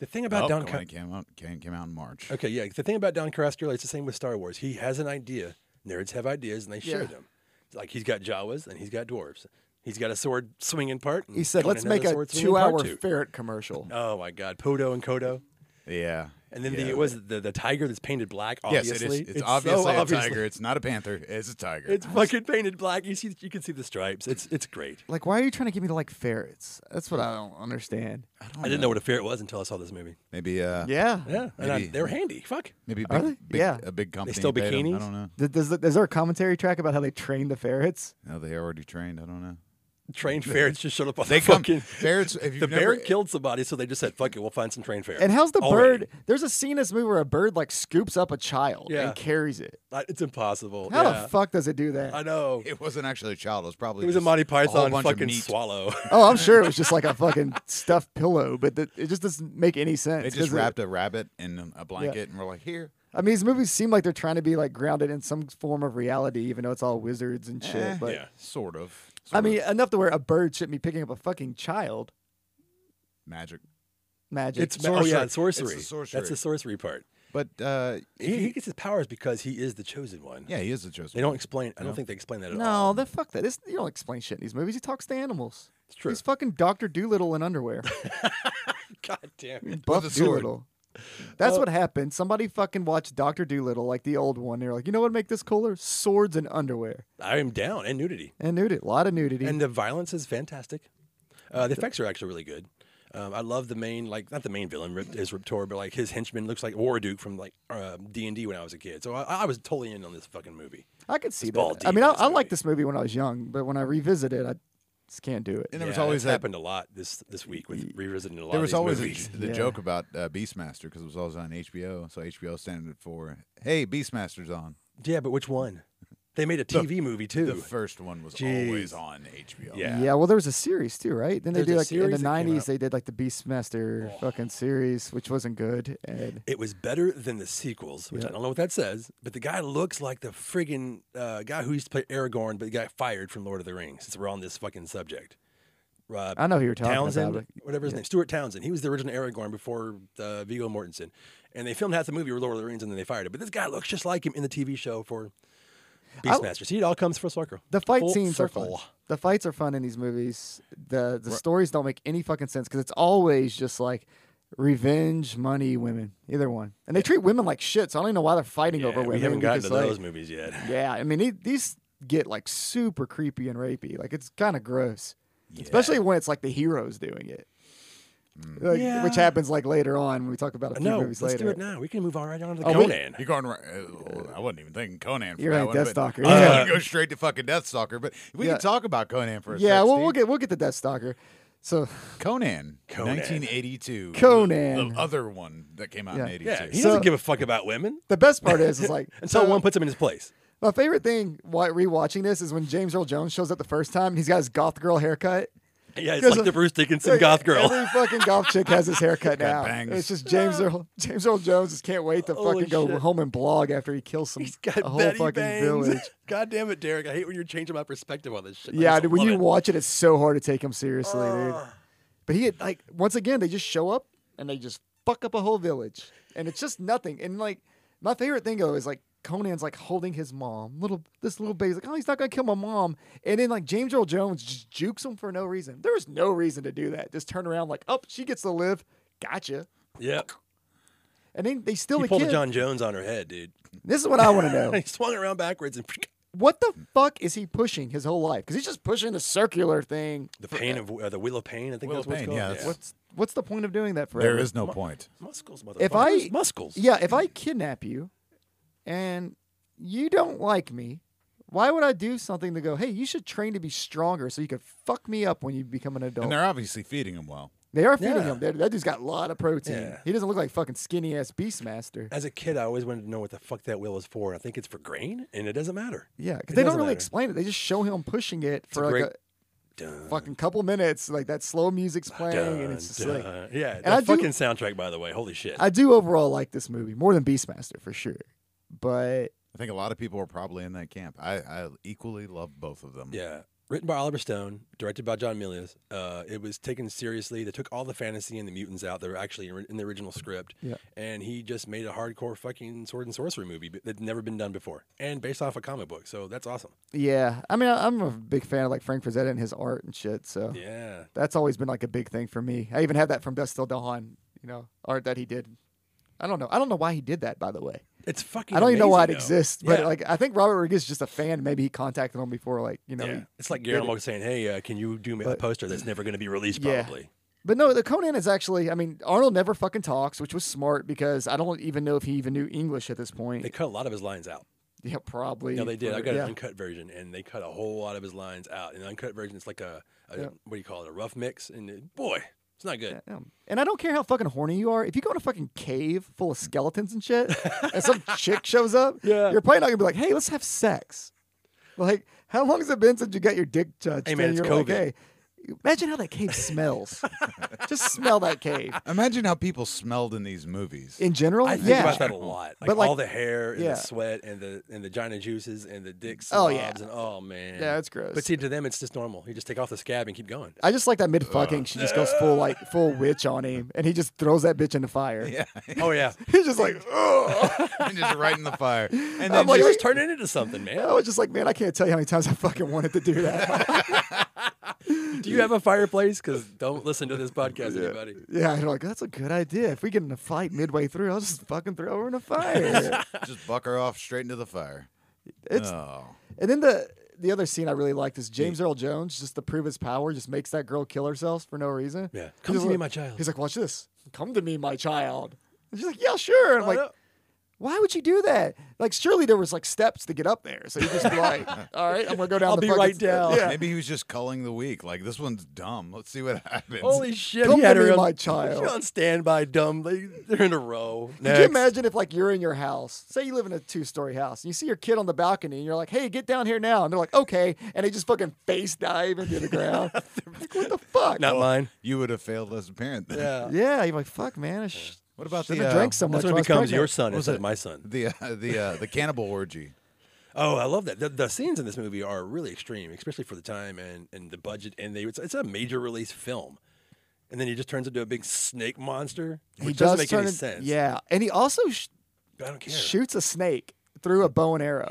Speaker 2: the thing about
Speaker 4: oh,
Speaker 2: Don.
Speaker 4: Conan
Speaker 2: Car-
Speaker 4: came out. Conan came out in March.
Speaker 2: okay, yeah. The thing about Don Carasco, it's the same with Star Wars. He has an idea. Nerds have ideas, and they share
Speaker 3: Yeah.
Speaker 2: them. It's Like he's got Jawas and he's got dwarves. He's got a sword swinging part. and
Speaker 3: He said,
Speaker 2: Conan
Speaker 3: "Let's
Speaker 2: has
Speaker 3: make a
Speaker 2: sword swinging part
Speaker 3: two-hour
Speaker 2: too."
Speaker 3: ferret commercial."
Speaker 2: Oh my God, Podo and Kodo.
Speaker 4: Yeah.
Speaker 2: And then
Speaker 4: yeah.
Speaker 2: the was it the the tiger that's painted black.
Speaker 4: Yes,
Speaker 2: Obviously,
Speaker 4: it is. It's,
Speaker 2: so
Speaker 4: obviously a
Speaker 2: obviously-
Speaker 4: tiger. It's not a panther. It's a tiger.
Speaker 2: It's fucking painted black. You see, you can see the stripes. It's it's great.
Speaker 3: Like, why are you trying to get me to like ferrets? That's what I don't understand.
Speaker 2: I
Speaker 4: don't
Speaker 2: didn't know what a ferret was until I saw this movie.
Speaker 4: Maybe. Uh,
Speaker 3: Yeah.
Speaker 2: Yeah, and I,
Speaker 4: Maybe-
Speaker 2: they were handy. Fuck.
Speaker 4: Maybe.
Speaker 3: Are
Speaker 4: Big,
Speaker 3: they?
Speaker 4: big-
Speaker 3: Yeah.
Speaker 4: A big company.
Speaker 2: still
Speaker 4: paid 'em. I
Speaker 2: bikinis?
Speaker 4: don't know.
Speaker 3: Th- Does, the- is there a commentary track about how they train the ferrets?
Speaker 4: No, they already trained. I don't know.
Speaker 2: Trained ferrets just showed up on
Speaker 4: They
Speaker 2: the
Speaker 4: come.
Speaker 2: fucking.
Speaker 4: Ferrets. If you've
Speaker 2: the
Speaker 4: never,
Speaker 2: bear killed somebody, so they just said, "Fuck it, we'll find some trained ferrets."
Speaker 3: And how's the
Speaker 2: Already.
Speaker 3: bird? There's a scene in this movie where a bird like scoops up a child
Speaker 2: Yeah.
Speaker 3: and carries it.
Speaker 2: I- It's impossible.
Speaker 3: How
Speaker 2: yeah.
Speaker 3: the fuck does it do that?
Speaker 2: I know. It,
Speaker 4: It wasn't actually a child. It was probably.
Speaker 2: was a
Speaker 4: just
Speaker 2: Monty
Speaker 4: whole
Speaker 2: Python
Speaker 4: bunch of
Speaker 2: fucking
Speaker 4: meat.
Speaker 2: swallow.
Speaker 3: Oh, I'm sure it was just like a fucking stuffed pillow, but that it just doesn't make any sense.
Speaker 4: They just
Speaker 3: 'cause it-
Speaker 4: wrapped a rabbit in a blanket and we're like, here.
Speaker 3: I mean, these movies seem like they're trying to be like grounded in some form of reality, even though it's all wizards and shit.
Speaker 4: Eh,
Speaker 3: but
Speaker 2: yeah.
Speaker 4: Sort of.
Speaker 3: I
Speaker 4: Sort
Speaker 3: mean,
Speaker 4: of.
Speaker 3: enough to where a bird shouldn't be picking up a fucking child.
Speaker 4: magic.
Speaker 3: Magic.
Speaker 2: it's ma- oh yeah, it's sorcery.
Speaker 4: Sorcery. It's the sorcery.
Speaker 2: That's the sorcery part.
Speaker 4: But uh,
Speaker 2: He, he gets his powers because he is the chosen one.
Speaker 4: yeah, he is a chosen.
Speaker 2: They don't explain. I don't think they explain that at all.
Speaker 3: no, the fuck that. This, you don't explain shit in these movies. He talks to animals.
Speaker 2: it's true.
Speaker 3: He's fucking Doctor Doolittle in underwear.
Speaker 2: God damn it.
Speaker 3: Buff
Speaker 4: a sword.
Speaker 3: Doolittle. That's what happened. Somebody fucking watched Doctor Doolittle, like the old one. They're like, you know what would make this cooler? Swords and underwear
Speaker 2: I am down and nudity.
Speaker 3: and nudity. A lot of nudity.
Speaker 2: And the violence is fantastic. Uh, the effects are actually really good. Um, I love the main, like not the main villain, Rip, is Riptor, but like his henchman looks like Warduke from like uh, D and D when I was a kid. So I, I was totally in on this fucking movie.
Speaker 3: I could see that.
Speaker 2: ball
Speaker 3: I
Speaker 2: deep in
Speaker 3: mean, I,
Speaker 2: this
Speaker 3: I liked
Speaker 2: movie.
Speaker 3: this movie when I was young, but when I revisit it, I just can't do it.
Speaker 4: And there was
Speaker 2: Yeah,
Speaker 4: always
Speaker 2: it's
Speaker 4: that.
Speaker 2: happened a lot this this week with revisiting a lot.
Speaker 4: There
Speaker 2: of
Speaker 4: was
Speaker 2: these
Speaker 4: always
Speaker 2: movies.
Speaker 4: a, the
Speaker 3: Yeah.
Speaker 4: joke about uh, Beastmaster because it was always on HBO. So HBO standard for Hey, Beastmaster's on.
Speaker 2: yeah, but which one? They made a TV movie
Speaker 4: The
Speaker 2: too.
Speaker 4: first one was
Speaker 2: Jeez.
Speaker 4: always on HBO.
Speaker 2: Yeah.
Speaker 3: Yeah. well, there was a series too, right? Then they
Speaker 2: There's a
Speaker 3: did like in
Speaker 2: series
Speaker 3: the
Speaker 2: that came
Speaker 3: '90s.
Speaker 2: out.
Speaker 3: They did like the Beastmaster fucking series, which wasn't good. And
Speaker 2: It was better than the sequels, which I don't know what that says, but the guy looks like the friggin' uh, guy who used to play Aragorn, but he got fired from Lord of the Rings. Since we're on this fucking subject, uh,
Speaker 3: I know who you're talking
Speaker 2: Townsend,
Speaker 3: about. but-
Speaker 2: whatever his name, Stuart Townsend. He was the original Aragorn before uh, Viggo Mortensen, and they filmed half the movie with Lord of the Rings, and then they fired it. But this guy looks just like him in the TV show for Beastmaster. See, it all comes full circle.
Speaker 3: The fight
Speaker 2: Full
Speaker 3: scenes are
Speaker 2: circle.
Speaker 3: fun. The fights are fun in these movies. The the stories don't make any fucking sense because it's always just like revenge, money, women, either one, and they treat women like shit. So I don't even know why they're fighting
Speaker 2: Yeah,
Speaker 3: over women.
Speaker 2: we haven't gotten to
Speaker 3: because, like,
Speaker 2: those movies yet.
Speaker 3: Yeah, I mean it, these get like super creepy and rapey. Like it's kind of gross, especially when it's like the heroes doing it, Like,
Speaker 2: Yeah.
Speaker 3: which happens like later on when we talk about a few
Speaker 2: No,
Speaker 3: movies
Speaker 2: let's
Speaker 3: later.
Speaker 2: do it now. We can move on right on to the
Speaker 3: Oh, we-
Speaker 2: Conan.
Speaker 4: You're going. ri- Uh, I wasn't even thinking Conan. For
Speaker 3: You're
Speaker 4: that
Speaker 2: right,
Speaker 3: right,
Speaker 4: one,
Speaker 3: Deathstalker.
Speaker 4: But I was
Speaker 2: Yeah.
Speaker 4: gonna go straight to fucking Deathstalker. But we
Speaker 3: Yeah.
Speaker 4: can talk about Conan for a
Speaker 3: Yeah,
Speaker 4: sec,
Speaker 3: well, we'll
Speaker 4: Steve.
Speaker 3: get we'll get to Death Stalker. So
Speaker 4: Conan,
Speaker 2: Conan.
Speaker 4: 1982.
Speaker 3: Conan.
Speaker 4: the other one that came out in
Speaker 3: Yeah.
Speaker 4: '82.
Speaker 2: Yeah, he
Speaker 3: So-
Speaker 2: doesn't give a fuck about women
Speaker 3: the best part is, is like
Speaker 2: until
Speaker 3: so
Speaker 2: one puts him in his place.
Speaker 3: My favorite thing while rewatching this is when James Earl Jones shows up the first time. and He's got his goth girl haircut.
Speaker 2: Yeah, it's
Speaker 3: Because
Speaker 2: like
Speaker 3: of-
Speaker 2: the Bruce Dickinson goth girl.
Speaker 3: Every fucking goth chick has his haircut now.
Speaker 4: bangs.
Speaker 3: It's just James Earl James Earl Jones just can't wait to
Speaker 2: Holy
Speaker 3: fucking go
Speaker 2: shit.
Speaker 3: home and blog after he kills some
Speaker 2: He's got
Speaker 3: a whole
Speaker 2: Betty
Speaker 3: fucking
Speaker 2: bangs.
Speaker 3: village.
Speaker 2: God damn it, Derek! I hate when you're changing my perspective on this shit. I
Speaker 3: Yeah,
Speaker 2: just
Speaker 3: dude, when
Speaker 2: love
Speaker 3: you
Speaker 2: it.
Speaker 3: watch it, it's so hard to take him seriously, dude. But he had, like once again, they just show up and they just fuck up a whole village, and it's just nothing. And like my favorite thing though is like Conan's like holding his mom, little this little baby's like, oh, he's not gonna kill my mom, and then like James Earl Jones just jukes him for no reason. There was no reason to do that. Just turn around like, oh, she gets to live, gotcha.
Speaker 2: yeah,
Speaker 3: And then they still
Speaker 2: he
Speaker 3: the
Speaker 2: pulled a
Speaker 3: kid.
Speaker 2: John Jones on her head, dude.
Speaker 3: This is what I want to know.
Speaker 2: he swung around backwards and
Speaker 3: What the fuck is he pushing his whole life? Because he's just pushing the circular thing.
Speaker 2: the pain of uh, the wheel of pain. I think
Speaker 4: Wheel
Speaker 2: that's
Speaker 4: of
Speaker 2: what it's
Speaker 4: Pain,
Speaker 2: called.
Speaker 4: yeah, that's-
Speaker 3: What's what's the point of doing that forever?
Speaker 4: There is no point.
Speaker 2: muscles, motherfucker.
Speaker 3: If I-
Speaker 2: muscles,
Speaker 3: Yeah, if I kidnap you and you don't like me. Why would I do something to go, hey, you should train to be stronger so you could fuck me up when you become an adult?
Speaker 4: And they're obviously feeding him well.
Speaker 3: They are feeding
Speaker 2: Yeah.
Speaker 3: him. That, that dude's got a lot of protein.
Speaker 2: Yeah.
Speaker 3: He doesn't look like fucking skinny ass Beastmaster.
Speaker 2: As a kid, I always wanted to know what the fuck that wheel is for. I think it's for grain, and it doesn't matter.
Speaker 3: Yeah,
Speaker 2: It
Speaker 3: because they don't
Speaker 2: doesn't
Speaker 3: really
Speaker 2: matter.
Speaker 3: explain it. They just show him pushing it
Speaker 2: a
Speaker 3: for like
Speaker 2: great-
Speaker 3: a
Speaker 2: Dun,
Speaker 3: fucking couple minutes. Like that slow music's playing, and it's just
Speaker 2: dun,
Speaker 3: like
Speaker 2: dun. yeah,
Speaker 3: I
Speaker 2: that
Speaker 3: do-
Speaker 2: fucking soundtrack, by the way. Holy shit!
Speaker 3: I do overall like this movie more than Beastmaster for sure. But
Speaker 4: I think a lot of people are probably in that camp. I, I equally love both of them.
Speaker 2: Yeah. Written by Oliver Stone, directed by John Milius. Uh, it was taken seriously. They took all the fantasy and the mutants out. They were actually in in the original script.
Speaker 3: Yeah.
Speaker 2: And he just made a hardcore fucking sword and sorcery movie b- that'd never been done before and based off a comic book. So that's awesome.
Speaker 3: yeah, I mean, I, I'm a big fan of like Frank Frazetta and his art and shit. So
Speaker 2: Yeah.
Speaker 3: that's always been like a big thing for me. I even have that from Dust Till Dawn, you know, art that he did. I don't know. I don't know why he did that, by the way.
Speaker 2: It's fucking
Speaker 3: I don't even know why it
Speaker 2: amazing, though.
Speaker 3: exists, but
Speaker 2: Yeah.
Speaker 3: like I think Robert Rodriguez is just a fan. Maybe he contacted him before, like you know.
Speaker 2: Yeah.
Speaker 3: he-
Speaker 2: It's like
Speaker 3: he did it.
Speaker 2: Guillermo saying, hey, uh, can you do me a
Speaker 3: But-
Speaker 2: poster that's never going to be released,
Speaker 3: Yeah.
Speaker 2: probably?
Speaker 3: But no, the Conan is actually. I mean, Arnold never fucking talks, which was smart because I don't even know if he even knew English at this point.
Speaker 2: They cut a lot of his lines out.
Speaker 3: yeah, probably.
Speaker 2: No, they did. I
Speaker 3: for-
Speaker 2: got
Speaker 3: yeah.
Speaker 2: an uncut version, and they cut a whole lot of his lines out. And the uncut version, it's like a, a
Speaker 3: Yeah.
Speaker 2: what do you call it, a rough mix. And it, boy, it's not good.
Speaker 3: Yeah. And I don't care how fucking horny you are. If you go in a fucking cave full of skeletons and shit, and some chick shows up,
Speaker 2: Yeah.
Speaker 3: you're probably not gonna be like, "Hey, let's have sex." Like, how long has it been since you got your dick touched?
Speaker 2: Hey, man,
Speaker 3: and
Speaker 2: it's
Speaker 3: you're like,
Speaker 2: COVID.
Speaker 3: "Hey, imagine how that cave smells. Just smell that cave
Speaker 4: Imagine how people smelled in these movies.
Speaker 3: in general.
Speaker 2: I think
Speaker 3: yeah,
Speaker 2: about that a lot. Like,
Speaker 3: But, like-
Speaker 2: all the hair and
Speaker 3: yeah.
Speaker 2: the sweat and the and the giant juices and the dicks.
Speaker 3: Oh,
Speaker 2: and
Speaker 3: yeah.
Speaker 2: lobs and oh man,
Speaker 3: yeah, it's gross.
Speaker 2: But see, to them, it's just normal. You just take off the scab and keep going.
Speaker 3: I just like that mid fucking. She just goes full like full witch on him, and he just throws that bitch in the fire.
Speaker 4: Yeah.
Speaker 2: Oh yeah,
Speaker 3: He's just like, ugh.
Speaker 4: and just right in the fire. And
Speaker 3: I'm
Speaker 4: then
Speaker 3: like, Oh,
Speaker 2: you
Speaker 4: just,
Speaker 2: just turn it into something,
Speaker 3: I
Speaker 2: man.
Speaker 3: was just like, man, I can't tell you how many times I fucking wanted to do that.
Speaker 2: Do you have a fireplace? Because don't listen to this podcast, anybody.
Speaker 3: yeah, and I'm like, that's a good idea. If we get in a fight midway through, I'll just fucking throw her in a fire.
Speaker 4: just buck her off straight into the fire.
Speaker 3: it's
Speaker 4: oh.
Speaker 3: and then the the other scene I really liked
Speaker 2: Hmm.
Speaker 3: is James Earl Jones, just to prove his power, just makes that girl kill herself for no reason.
Speaker 2: Yeah.
Speaker 3: He's
Speaker 2: Come
Speaker 3: just
Speaker 2: to me,
Speaker 3: like-
Speaker 2: my child.
Speaker 3: He's like, watch this. Come to me, my child. And she's like, yeah, sure. And I'm like,
Speaker 2: no.
Speaker 3: why would you do that? Like, surely there was like steps to get up there. So you just be like, all right, I'm gonna go down.
Speaker 2: I'll
Speaker 3: the
Speaker 2: be
Speaker 3: fucking
Speaker 2: right
Speaker 3: st-
Speaker 2: down.
Speaker 3: Yeah.
Speaker 4: Maybe he was just culling the weak. Like, this one's dumb. Let's see what happens.
Speaker 2: Holy shit!
Speaker 3: Come
Speaker 2: he had
Speaker 3: to me,
Speaker 2: her on-
Speaker 3: my child.
Speaker 2: She's on standby, dumb. They, they're in a row.
Speaker 3: Could you
Speaker 2: Next.
Speaker 3: imagine if like you're in your house, say you live in a two story house, and you see your kid on the balcony, and you're like, "Hey, get down here now!" And they're like, "Okay," and they just fucking face dive into the ground. like, what the fuck?
Speaker 2: Not mine.
Speaker 4: You would have failed as a parent then.
Speaker 2: Yeah.
Speaker 3: Oh. Yeah, you're like, "Fuck, man, I sh-
Speaker 4: What about
Speaker 3: should
Speaker 4: the,
Speaker 3: have
Speaker 4: uh,
Speaker 3: drank so much."
Speaker 2: That's when it
Speaker 3: while I was
Speaker 2: becomes your
Speaker 3: pregnant."
Speaker 2: son
Speaker 4: was
Speaker 2: instead
Speaker 4: it?
Speaker 2: of my son.
Speaker 4: the uh, the uh, the cannibal orgy?
Speaker 2: Oh, I love that. The, the scenes in this movie are really extreme, especially for the time and, and the budget. And they it's, it's a major release film, and then he just turns into a big snake monster, which
Speaker 3: He
Speaker 2: doesn't
Speaker 3: does
Speaker 2: make
Speaker 3: turn
Speaker 2: any
Speaker 3: in-
Speaker 2: sense.
Speaker 3: Yeah, and he also sh-
Speaker 2: But I don't care.
Speaker 3: shoots a snake through a bow and arrow.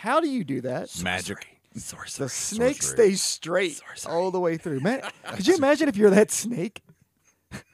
Speaker 3: How do you do that?
Speaker 4: Magic.
Speaker 2: sorcery.
Speaker 3: The snake
Speaker 4: Sorcery.
Speaker 3: stays straight
Speaker 2: Sorcery.
Speaker 3: all the way through. Man, could you imagine if you're that snake?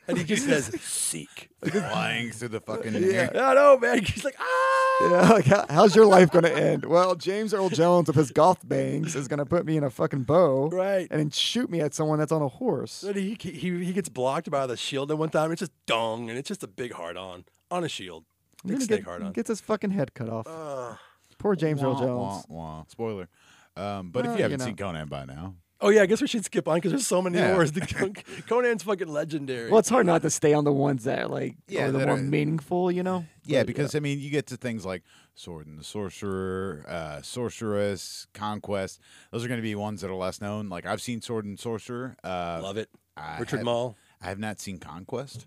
Speaker 2: and he just says seek.
Speaker 4: flying through the fucking
Speaker 2: I know, man. He's like ah.
Speaker 3: Yeah, like how, how's your life going to end? Well, James Earl Jones with his golf bangs is going to put me in a fucking bow,
Speaker 2: Right.
Speaker 3: And then shoot me at someone that's on a horse.
Speaker 2: Then he, he he gets blocked by the shield at one time. It's just dong, and it's just a big hard on on a shield.
Speaker 3: I'm gonna
Speaker 2: Big snake Uh, Ah.
Speaker 3: get-
Speaker 2: hard on.
Speaker 3: Gets his fucking head cut off.
Speaker 2: Ugh.
Speaker 3: Poor James Earl
Speaker 4: Wah,
Speaker 3: Jones.
Speaker 4: wah, wah. Spoiler. Um, but
Speaker 3: Well, you
Speaker 4: if you haven't
Speaker 3: know.
Speaker 4: seen Conan by now,
Speaker 2: oh yeah, I guess we should skip on because there's so many
Speaker 4: Yeah.
Speaker 2: wars. The Con- Conan's fucking legendary.
Speaker 3: Well, it's hard not to stay on the ones that like
Speaker 4: Yeah,
Speaker 3: are the
Speaker 4: that
Speaker 3: more
Speaker 4: are-
Speaker 3: meaningful, you know.
Speaker 4: Yeah,
Speaker 3: But,
Speaker 4: because I mean, you get to things like Sword and the Sorcerer, uh, Sorceress, Conquest. Those are going to be ones that are less known. Like I've seen Sword and Sorcerer. Uh,
Speaker 2: Love it.
Speaker 4: I
Speaker 2: Richard
Speaker 4: have-
Speaker 2: Mall.
Speaker 4: I have not seen Conquest.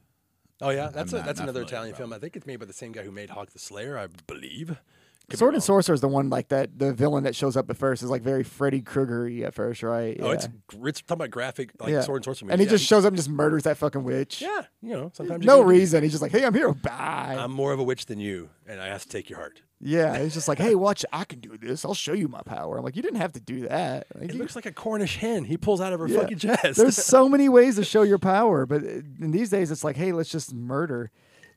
Speaker 2: Oh yeah, that's a,
Speaker 4: not-
Speaker 2: that's
Speaker 4: not
Speaker 2: another
Speaker 4: familiar,
Speaker 2: Italian film.
Speaker 4: probably.
Speaker 2: I think it's made by the same guy who made Hawk the Slayer, I believe. Could be
Speaker 3: Sword and
Speaker 2: wrong.
Speaker 3: Sorcerer is the one like that. The villain that shows up at first is like very Freddy Krueger at first, right?
Speaker 2: Oh,
Speaker 3: Yeah.
Speaker 2: it's it's talking about graphic like
Speaker 3: Yeah.
Speaker 2: Sword and Sorcery.
Speaker 3: and he
Speaker 2: movies. Yeah,
Speaker 3: just shows up and just murders that fucking witch.
Speaker 2: yeah, you know, sometimes you
Speaker 3: no
Speaker 2: can-
Speaker 3: reason. He's just like, hey, I'm here. Bye.
Speaker 2: I'm more of a witch than you, and I have to take your heart.
Speaker 3: Yeah, it's just like, hey, watch, I can do this. I'll show you my power. I'm like, you didn't have to do that. Like,
Speaker 2: It
Speaker 3: you-
Speaker 2: looks like a Cornish hen. He pulls out of her
Speaker 3: Yeah.
Speaker 2: fucking chest.
Speaker 3: there's so many ways to show your power, but uh, in these days, it's like, hey, let's just murder.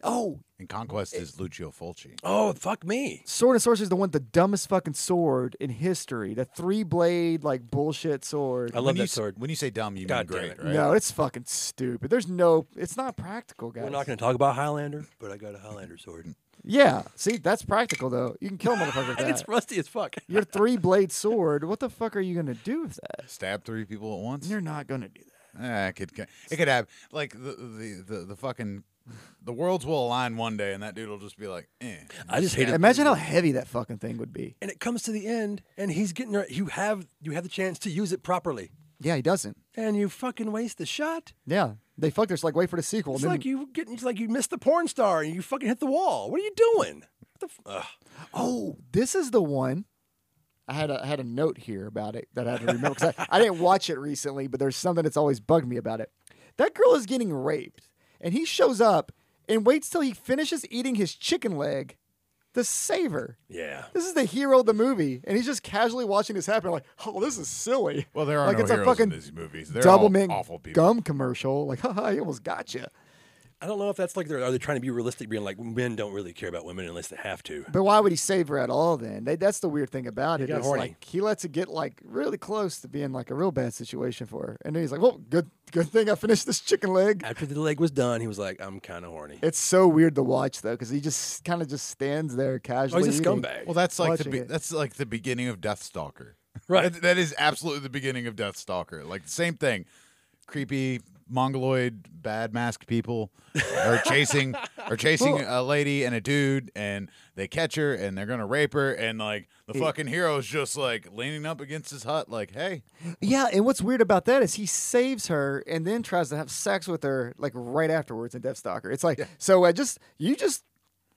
Speaker 3: Oh,
Speaker 4: And Conquest is Lucio Fulci.
Speaker 2: oh fuck me.
Speaker 3: Sword and Sorcery is the one, with the dumbest fucking sword in history, the three blade like bullshit sword.
Speaker 2: I love
Speaker 4: When you
Speaker 2: that
Speaker 4: s-
Speaker 2: sword.
Speaker 4: When you say dumb, you
Speaker 2: God
Speaker 4: mean
Speaker 2: damn
Speaker 4: great,
Speaker 2: it.
Speaker 4: right?
Speaker 3: No, it's fucking stupid. There's no, it's not practical, guys.
Speaker 2: We're not going to talk about Highlander, but I got a Highlander sword.
Speaker 3: Yeah. See, that's practical though. You can kill a motherfucker with
Speaker 2: and it's
Speaker 3: that.
Speaker 2: rusty as fuck.
Speaker 3: Your three blade sword. What the fuck are you gonna do with that?
Speaker 4: Stab three people at once.
Speaker 3: You're not gonna do that.
Speaker 4: Eh, it could it could happen. Like the the the, the fucking the worlds will align one day, and that dude will just be like, eh.
Speaker 2: I just hate it.
Speaker 3: Imagine how heavy that fucking thing would be.
Speaker 2: and it comes to the end, and he's getting there. You have you have the chance to use it properly,
Speaker 3: Yeah, he doesn't.
Speaker 2: and you fucking waste the shot.
Speaker 3: Yeah, they fucked her. It's like wait for the sequel.
Speaker 2: It's
Speaker 3: and then-
Speaker 2: like you getting it's like you missed the porn star, and you fucking hit the wall. What are you doing? What the f- ugh.
Speaker 3: oh, this is the one. I had a I had a note here about it that I had to remember because I, I didn't watch it recently, but there's something that's always bugged me about it. That girl is getting raped, and he shows up and waits till he finishes eating his chicken leg to save her.
Speaker 2: yeah.
Speaker 3: This is the hero of the movie, and he's just casually watching this happen. Like, oh, this is silly.
Speaker 4: Well, there are
Speaker 3: like
Speaker 4: no
Speaker 3: it's
Speaker 4: heroes
Speaker 3: a fucking
Speaker 4: in these movies. They're
Speaker 3: double
Speaker 4: all
Speaker 3: mint
Speaker 4: awful people.
Speaker 3: gum commercial. Like, haha, I almost got you.
Speaker 2: I don't know if that's like they're are they trying to be realistic, being like men don't really care about women unless they have to.
Speaker 3: But why would he save her at all then? They, that's the weird thing about it.
Speaker 2: got
Speaker 3: is,
Speaker 2: horny.
Speaker 3: like he lets it get like really close to being like a real bad situation for her. And then he's like, Well, good good thing I finished this chicken leg.
Speaker 2: After the leg was done, he was like, "I'm kind of horny."
Speaker 3: It's so weird to watch though, because he just kind of just stands there
Speaker 2: Oh,
Speaker 3: casually.
Speaker 2: he's a
Speaker 3: eating.
Speaker 2: scumbag.
Speaker 4: Well, that's like the
Speaker 3: Watching
Speaker 4: be-
Speaker 3: it.
Speaker 4: that's like the beginning of Deathstalker.
Speaker 2: Right.
Speaker 4: That- that is absolutely the beginning of Deathstalker. Like the same thing, creepy mongoloid bad masked people are chasing are chasing a lady and a dude, and they catch her and they're gonna rape her, and like the fucking hero's just like leaning up against his hut, like, hey,
Speaker 3: Yeah, and what's weird about that is he saves her and then tries to have sex with her like right afterwards in Deathstalker. It's like, so I just you just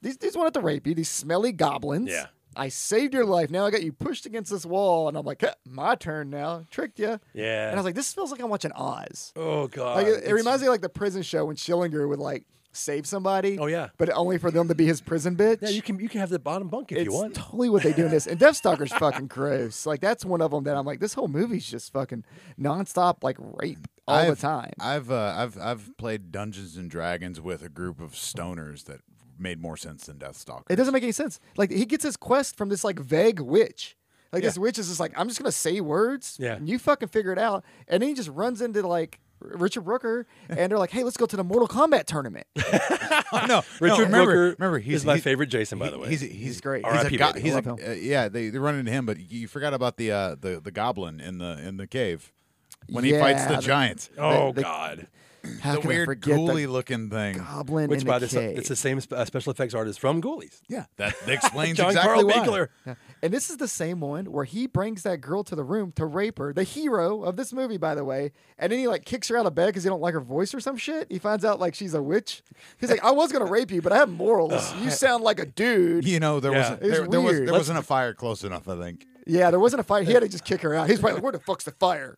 Speaker 3: these dudes wanted to rape you, these smelly goblins.
Speaker 2: Yeah.
Speaker 3: I saved your life. Now I got you pushed against this wall, and I'm like, "Huh, my turn now. Tricked you.
Speaker 2: Yeah.
Speaker 3: And I was like, this feels like I'm watching Oz.
Speaker 2: oh god.
Speaker 3: Like, it, it
Speaker 2: It's-
Speaker 3: reminds me of, like the prison show when Schillinger would like save somebody.
Speaker 2: Oh, yeah.
Speaker 3: But only for them to be his prison bitch.
Speaker 2: Yeah, you can you can have the bottom bunk if
Speaker 3: it's
Speaker 2: you want.
Speaker 3: totally what they do in this. And Deathstalker's fucking gross. Like that's one of them that I'm like, this whole movie's just fucking nonstop like rape all the
Speaker 4: I've-
Speaker 3: time.
Speaker 4: I've uh, I've I've played Dungeons and Dragons with a group of stoners that made more sense than Deathstalker.
Speaker 3: It doesn't make any sense. Like he gets his quest from this like vague witch. Like this witch is just like, I'm just gonna say words.
Speaker 2: Yeah.
Speaker 3: And you fucking figure it out. And then he just runs into like R- Richard Brooker, and they're like, "Hey, let's go to the Mortal Kombat tournament."
Speaker 4: no,
Speaker 2: Richard
Speaker 4: no, remember,
Speaker 2: Brooker
Speaker 4: remember, he's
Speaker 2: is my
Speaker 4: he-
Speaker 2: favorite Jason, by the way.
Speaker 4: He's he's,
Speaker 3: great.
Speaker 4: He's a
Speaker 2: R.I.P.,
Speaker 4: go-
Speaker 2: baby.
Speaker 4: he's
Speaker 3: I
Speaker 4: a-
Speaker 3: love
Speaker 4: uh, yeah, they they run into him, but you, you forgot about the uh, the the goblin in the in the cave when he fights
Speaker 3: Yeah,
Speaker 4: the
Speaker 3: the-
Speaker 4: giants.
Speaker 2: oh
Speaker 3: the-
Speaker 2: god.
Speaker 3: How
Speaker 4: the
Speaker 3: can I
Speaker 4: weird
Speaker 3: forget
Speaker 4: ghouly
Speaker 3: the
Speaker 4: looking thing.
Speaker 3: goblin
Speaker 2: Which
Speaker 3: in
Speaker 2: by
Speaker 3: the
Speaker 2: the
Speaker 3: cave?
Speaker 2: it's the same sp- uh, special effects artist from Ghoulies.
Speaker 4: Yeah, that that explains
Speaker 2: John
Speaker 4: exactly
Speaker 2: Carl
Speaker 4: why.
Speaker 2: Winkler.
Speaker 3: Yeah. And this is the same one where he brings that girl to the room to rape her, the hero of this movie, by the way. And then he like kicks her out of bed because he don't like her voice or some shit. He finds out like she's a witch. He's like, I was gonna rape you, but I have morals. You sound like a dude.
Speaker 4: You know, there
Speaker 2: Yeah.
Speaker 4: was
Speaker 3: It's
Speaker 4: there, there was
Speaker 3: weird.
Speaker 4: there
Speaker 3: Let's-
Speaker 4: wasn't a fire close enough. I think.
Speaker 3: Yeah, there wasn't a fire. He had to just kick her out. He's probably like, Where the fuck's the fire?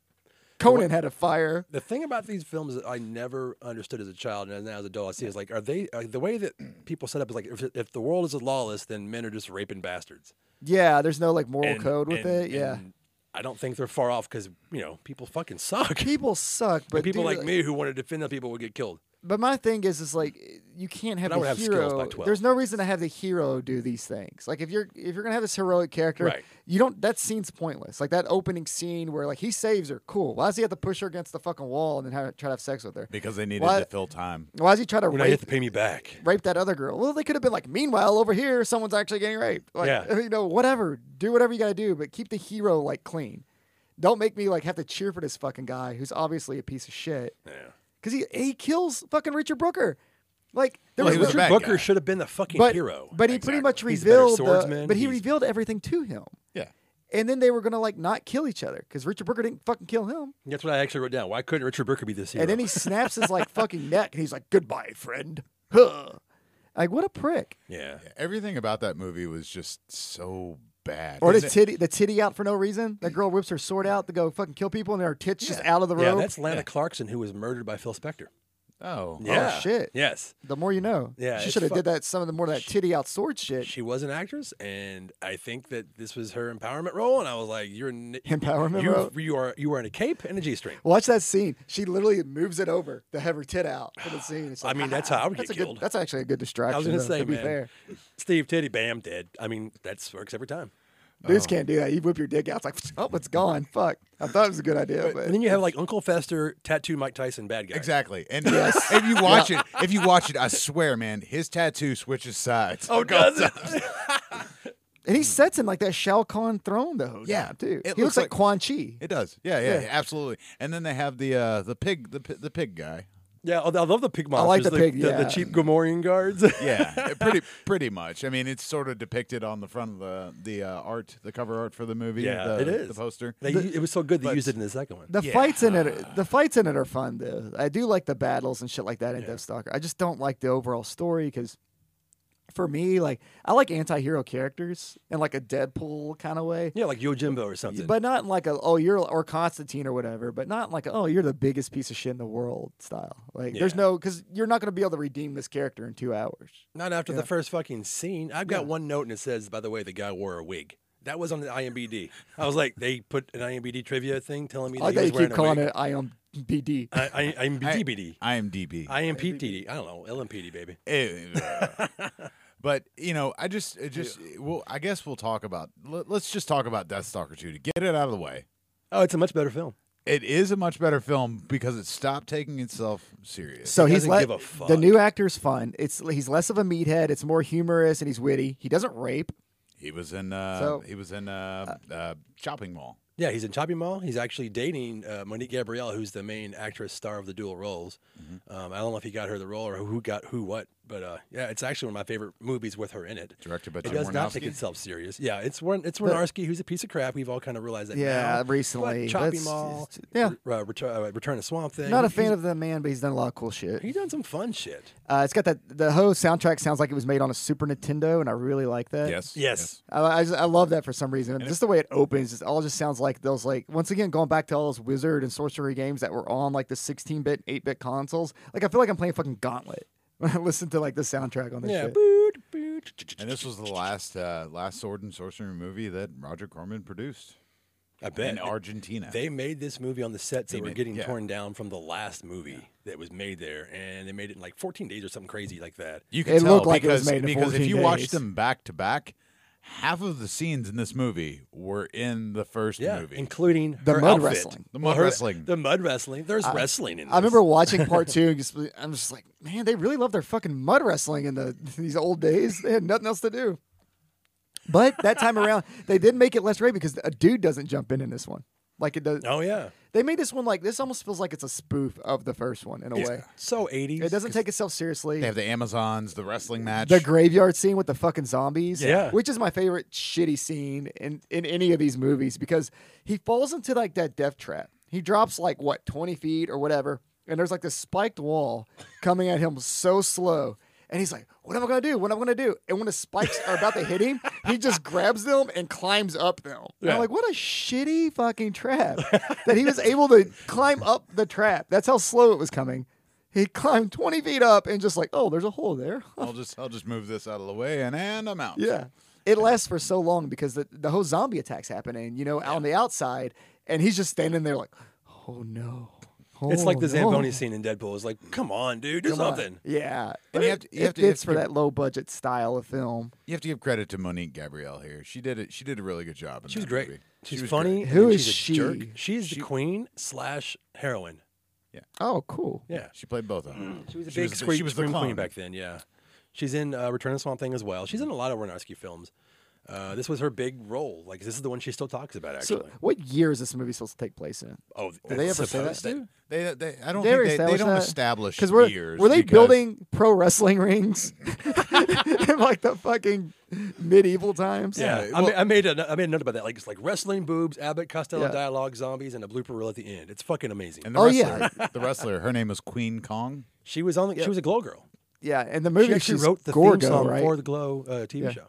Speaker 3: Conan had a fire.
Speaker 2: The thing about these films that I never understood as a child and now as an adult, I see is like, are they uh, the way that people set up is like, if, if the world is lawless, then men are just raping bastards.
Speaker 3: Yeah, there's no like moral
Speaker 2: And-
Speaker 3: code with
Speaker 2: and-
Speaker 3: it. Yeah.
Speaker 2: and I don't think they're far off because you know people fucking suck.
Speaker 3: people suck, but
Speaker 2: people
Speaker 3: dude,
Speaker 2: like me who want to defend the people would get killed.
Speaker 3: But my thing is, is like you can't have
Speaker 2: But I
Speaker 3: the
Speaker 2: would have skills
Speaker 3: hero.
Speaker 2: by 12.
Speaker 3: There's no reason to have the hero do these things. Like if you're if you're gonna have this heroic character,
Speaker 2: Right.
Speaker 3: you don't. That scene's pointless. Like that opening scene where like he saves her, cool. Why does he have to push her against the fucking wall and then have, try to have sex with her?
Speaker 4: Because they needed
Speaker 3: Why-
Speaker 4: to fill time.
Speaker 3: Why does he try to
Speaker 2: When I have
Speaker 3: rape,
Speaker 2: to pay me back.
Speaker 3: rape that other girl? Well, they could have been like, meanwhile over here, someone's actually getting raped. Like,
Speaker 2: Yeah.
Speaker 3: you know, whatever. Do whatever you gotta do, but keep the hero like clean. Don't make me like have to cheer for this fucking guy who's obviously a piece of shit
Speaker 2: Yeah.
Speaker 3: because he he kills fucking Richard Brooker. Like there
Speaker 4: Well,
Speaker 3: was
Speaker 4: he was
Speaker 3: Richard
Speaker 4: a bad
Speaker 2: Richard Booker
Speaker 4: guy.
Speaker 2: should have been the fucking
Speaker 3: but,
Speaker 2: hero.
Speaker 3: But he pretty much
Speaker 2: He's a better
Speaker 3: revealed. The,
Speaker 2: swordsman.
Speaker 3: but he
Speaker 2: He's-
Speaker 3: revealed everything to him,
Speaker 4: Yeah.
Speaker 3: and then they were gonna like not kill each other because Richard Brooker didn't fucking kill him.
Speaker 2: That's what I actually wrote down. Why couldn't Richard Brooker be this hero?
Speaker 3: And then he snaps his like fucking neck, and he's like, "Goodbye, friend." Huh. Like what a prick.
Speaker 2: yeah.
Speaker 4: Everything about that movie was just so bad.
Speaker 3: Or the
Speaker 4: Is it-
Speaker 3: titty, the titty out for no reason. That girl whips her sword out to go fucking kill people, and her tits just out of the
Speaker 2: Yeah,
Speaker 3: robe.
Speaker 2: that's Lana Clarkson who was murdered by Phil Spector.
Speaker 4: oh
Speaker 2: Yeah.
Speaker 3: shit.
Speaker 2: Yes.
Speaker 3: the more you know.
Speaker 2: Yeah,
Speaker 3: she
Speaker 2: it's
Speaker 3: should have
Speaker 2: fuck-
Speaker 3: did that. Some of the more of that titty out sword shit.
Speaker 2: She was an actress, and I think that this was her empowerment role. And I was like, "You're n-
Speaker 3: Empowerment
Speaker 2: you,
Speaker 3: role?
Speaker 2: You are you are in a cape and a g-string.
Speaker 3: Watch that scene. She literally moves it over to have her tit out for the scene. It's
Speaker 2: I
Speaker 3: like,
Speaker 2: mean, that's
Speaker 3: "Ah,
Speaker 2: how I would
Speaker 3: that's
Speaker 2: get
Speaker 3: a good-
Speaker 2: killed."
Speaker 3: that's actually a good distraction.
Speaker 2: I was gonna
Speaker 3: though,
Speaker 2: say,
Speaker 3: to be
Speaker 2: man,
Speaker 3: fair.
Speaker 2: Steve Titty, bam, dead. I mean, that's works every time.
Speaker 3: Dudes can't do that. You whip your dick out. It's like, oh, it's gone. Fuck. I thought it was a good idea, but
Speaker 2: And then you have like Uncle Fester, tattoo Mike Tyson, bad guy.
Speaker 4: Exactly. And if you watch it, if you watch it, I swear, man, his tattoo switches sides.
Speaker 2: Oh, does it?
Speaker 3: and he sits in like that Shao Kahn throne though.
Speaker 4: Yeah,
Speaker 3: Yeah, too.
Speaker 4: it
Speaker 3: He
Speaker 4: looks
Speaker 3: looks
Speaker 4: like-
Speaker 3: like Quan Chi.
Speaker 4: It does. Yeah, yeah, yeah, absolutely. And then they have the uh, the pig the pi- the pig guy.
Speaker 2: Yeah, I I love the pig monsters.
Speaker 3: I like the pig,
Speaker 2: The,
Speaker 3: yeah.
Speaker 2: cheap Gamorrean guards.
Speaker 4: Yeah, eh, pretty pretty much. I mean, it's sort of depicted on the front of the the uh, art, the cover art for the movie.
Speaker 2: Yeah,
Speaker 4: the,
Speaker 2: it is.
Speaker 4: the poster.
Speaker 2: They, it was so good they used it in the second one.
Speaker 3: The
Speaker 4: Yeah.
Speaker 3: fights in it, the fights in it are fun though. I do like the battles and shit like that in Death Stalker. I just don't like the overall story because, for me, like I like anti-hero characters in like a Deadpool kind of way,
Speaker 2: yeah, like Yojimbo or something.
Speaker 3: but not in like a oh you're or Constantine or whatever, but not in like a, oh you're the biggest piece of shit in the world style. Like there's
Speaker 2: Yeah.
Speaker 3: no because you're not going to be able to redeem this character in two hours.
Speaker 2: Not after the first fucking scene. I've got one note and it says, by the way, the guy wore a wig. That was on the IMBD. I was like, they put an IMBD trivia thing telling me
Speaker 3: I like
Speaker 2: that
Speaker 3: that
Speaker 2: he
Speaker 3: you
Speaker 2: was
Speaker 3: keep calling
Speaker 2: wearing a wig.
Speaker 3: it IMBD.
Speaker 2: I, I, IMBD.
Speaker 4: IMDb.
Speaker 2: IMPTD. I don't know. LMPD, baby.
Speaker 4: Eh, but you know, I just, it just, eh, well, I guess we'll talk about. Let, let's just talk about Deathstalker two to get it out of the way.
Speaker 2: Oh, it's a much better film.
Speaker 4: It is a much better film because it stopped taking itself serious.
Speaker 3: So
Speaker 2: He
Speaker 3: he's
Speaker 2: doesn't
Speaker 3: le-
Speaker 2: give a fuck.
Speaker 3: the new actor's fun. It's he's less of a meathead. It's more humorous and he's witty. He doesn't rape.
Speaker 4: he was in, uh,
Speaker 3: So-
Speaker 4: he was in uh, uh, shopping mall.
Speaker 2: Yeah, he's in Chopping Mall. He's actually dating uh, Monique Gabrielle, who's the main actress star of the dual roles.
Speaker 3: Mm-hmm.
Speaker 2: Um, I don't know if he got her the role or who got who what, but uh, yeah, it's actually one of my favorite movies with her in it.
Speaker 4: Directed by
Speaker 2: It
Speaker 4: Tim
Speaker 2: does not take
Speaker 4: Wernosky?
Speaker 2: itself serious. Yeah, it's Warn, it's Warnarski, who's a piece of crap. We've all kind of realized that.
Speaker 3: Yeah,
Speaker 2: now.
Speaker 3: recently.
Speaker 2: But Chopping
Speaker 3: That's-
Speaker 2: Mall.
Speaker 3: yeah.
Speaker 2: Re- uh, Return, uh, Return to Swamp Thing.
Speaker 3: Not a
Speaker 2: He's-
Speaker 3: fan of the man, but he's done a lot of cool shit.
Speaker 2: He's done some fun shit.
Speaker 3: Uh, it's got that the whole soundtrack sounds like it was made on a Super Nintendo, and I really like that.
Speaker 4: Yes.
Speaker 2: Yes.
Speaker 3: I, I, just- I love that for some reason. just the way it opens, it all just sounds like those like once again going back to all those wizard and sorcery games that were on like the 16-bit, 8-bit consoles. Like I feel like I'm playing fucking Gauntlet when I listen to like the soundtrack on this
Speaker 2: Yeah.
Speaker 3: shit.
Speaker 2: Boot, boot.
Speaker 4: And this was the last uh, last sword and sorcery movie that Roger Corman produced
Speaker 2: I bet.
Speaker 4: in Argentina.
Speaker 2: They made this movie on the sets that were
Speaker 4: did,
Speaker 2: getting
Speaker 4: yeah.
Speaker 2: torn down from the last movie that was made there, and they made it in like 14 days or something crazy like that.
Speaker 4: you
Speaker 3: It looked like it was made in
Speaker 4: because if
Speaker 3: 14
Speaker 4: you watch
Speaker 3: days.
Speaker 4: them back to back, half of the scenes in this movie were in the first
Speaker 2: Yeah,
Speaker 4: movie.
Speaker 2: including
Speaker 3: The
Speaker 2: her
Speaker 3: mud
Speaker 2: outfit.
Speaker 3: wrestling.
Speaker 4: The
Speaker 2: Well,
Speaker 4: mud
Speaker 2: her-
Speaker 4: wrestling.
Speaker 2: The mud wrestling. There's wrestling in.
Speaker 3: I remember
Speaker 2: this.
Speaker 3: watching part two. And just, I'm just like, man, they really love their fucking mud wrestling in the these old days. They had nothing else to do. But that time around, they did make it less rapey because a dude doesn't jump in in this one. Like it does.
Speaker 2: Oh yeah.
Speaker 3: They made this one like this almost feels like it's a spoof of the first one in a way.
Speaker 2: So 80s.
Speaker 3: Oh, It doesn't take itself seriously.
Speaker 4: They have the Amazons, the wrestling match.
Speaker 3: The graveyard scene with the fucking zombies,
Speaker 2: Yeah.
Speaker 3: which is my favorite shitty scene in, in any of these movies because he falls into like that death trap. He drops like what twenty feet or whatever, and there's like this spiked wall coming at him so slow, and he's like, "What am I gonna do? What am I gonna do?" And when the spikes are about to hit him, he just grabs them and climbs up them. And
Speaker 2: Yeah.
Speaker 3: I'm like, "What a shitty fucking trap!" that he was able to climb up the trap. That's how slow it was coming. He climbed twenty feet up and just like, "Oh, there's a hole there."
Speaker 4: I'll just I'll just move this out of the way and and I'm out.
Speaker 3: Yeah. It lasts for so long because the, the whole zombie attack's happening, you know, out on the outside, and he's just standing there like, oh no.
Speaker 2: It's like
Speaker 3: Oh,
Speaker 2: the
Speaker 3: no."
Speaker 2: Zamboni scene in Deadpool. It's like, come on, dude, do
Speaker 3: Come on.
Speaker 2: something.
Speaker 3: Yeah.
Speaker 4: And
Speaker 3: But
Speaker 4: you
Speaker 3: it,
Speaker 4: have to- you
Speaker 3: it
Speaker 4: have to- you
Speaker 3: fits
Speaker 4: have
Speaker 3: for
Speaker 4: to-
Speaker 3: that low budget style of film.
Speaker 4: You have to give credit to Monique Gabrielle here. She did it. She did a really good job. In
Speaker 2: She's
Speaker 4: that
Speaker 2: great.
Speaker 4: movie. She
Speaker 2: She's
Speaker 4: was
Speaker 2: funny.
Speaker 4: great.
Speaker 2: and
Speaker 3: Who
Speaker 2: then
Speaker 3: is
Speaker 2: she's
Speaker 3: she?
Speaker 2: A jerk. She's the queen slash heroine.
Speaker 3: Oh, cool.
Speaker 2: Yeah.
Speaker 4: She played both of them.
Speaker 2: She was a
Speaker 4: She
Speaker 2: big
Speaker 4: was the-
Speaker 2: screen,
Speaker 4: she was the
Speaker 2: scream
Speaker 4: clone.
Speaker 2: queen back then. Yeah, she's in uh, Return of Swamp Thing as well. She's in a lot of Warnarski films. Uh, this was her big role. Like this is the one she still talks about. Actually,
Speaker 3: So, what year is this movie supposed to take place in?
Speaker 2: oh,
Speaker 3: they
Speaker 2: it's
Speaker 3: ever say that?
Speaker 2: supposed
Speaker 4: They,
Speaker 2: to?
Speaker 4: they, they, I don't
Speaker 3: They
Speaker 4: think
Speaker 3: ever
Speaker 4: they, they
Speaker 3: establish
Speaker 4: don't
Speaker 3: that?
Speaker 4: establish
Speaker 3: Because we're
Speaker 4: years.
Speaker 3: were they
Speaker 4: because-
Speaker 3: building pro wrestling rings in like the fucking medieval times?
Speaker 2: Yeah,
Speaker 4: Yeah,
Speaker 2: I, ma- I made a, I made a note about that. Like it's like wrestling boobs, Abbott Costello
Speaker 3: Yeah.
Speaker 2: dialogue, zombies, and a blooper reel at the end. It's fucking amazing.
Speaker 4: And the
Speaker 3: Oh,
Speaker 4: wrestler, the wrestler, her name was Queen Kong.
Speaker 2: she was on. The, She was a Glow girl.
Speaker 3: yeah. And the
Speaker 2: She
Speaker 3: movie
Speaker 2: actually
Speaker 3: she's
Speaker 2: wrote the
Speaker 3: Gorgo,
Speaker 2: theme song
Speaker 3: right?
Speaker 2: for the Glow uh, TV
Speaker 3: Yeah.
Speaker 2: show.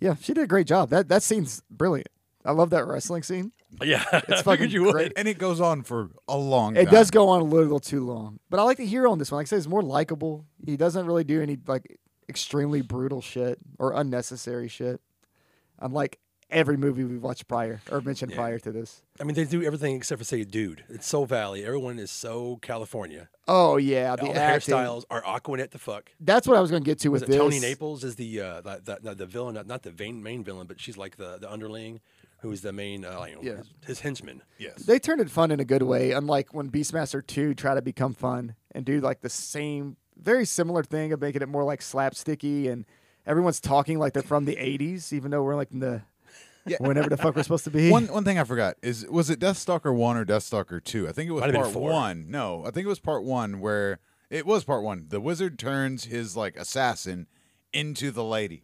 Speaker 3: Yeah, she did a great job. That that scene's brilliant. I love that wrestling scene.
Speaker 2: Yeah, it's
Speaker 3: fucking
Speaker 2: you would.
Speaker 3: great.
Speaker 4: And it goes on for a long
Speaker 3: It
Speaker 4: time.
Speaker 3: does go on a little too long, but I like the hero on this one. Like I said, he's more likable. He doesn't really do any like extremely brutal shit or unnecessary shit. Unlike every movie we've watched prior or mentioned
Speaker 2: Yeah.
Speaker 3: prior to this.
Speaker 2: I mean, they do everything except for say, dude. It's so Valley. Everyone is so California.
Speaker 3: Oh yeah, the
Speaker 2: All the
Speaker 3: acting.
Speaker 2: hairstyles are Aquanet the fuck.
Speaker 3: That's what I was going to get to
Speaker 2: Was
Speaker 3: with
Speaker 2: it
Speaker 3: this.
Speaker 2: Tony Naples is the uh, the, the- the, the villain, not, not the main main villain, but she's like the, the underling, who's the main uh, you know,
Speaker 3: Yeah.
Speaker 2: his, his henchman.
Speaker 4: Yes.
Speaker 3: They turned it fun in a good way, unlike when Beastmaster 2 tried to become fun and do like the same, very similar thing of making it more like slapsticky and everyone's talking like they're from the 80s, even though we're like in the
Speaker 4: Yeah.
Speaker 3: whenever the fuck we're supposed to be.
Speaker 4: One one thing I forgot is was it Deathstalker one or Deathstalker two? I think it was
Speaker 2: Might have been
Speaker 4: part
Speaker 2: four.
Speaker 4: one. No, I think it was part one where it was part one. The wizard turns his like assassin into the lady,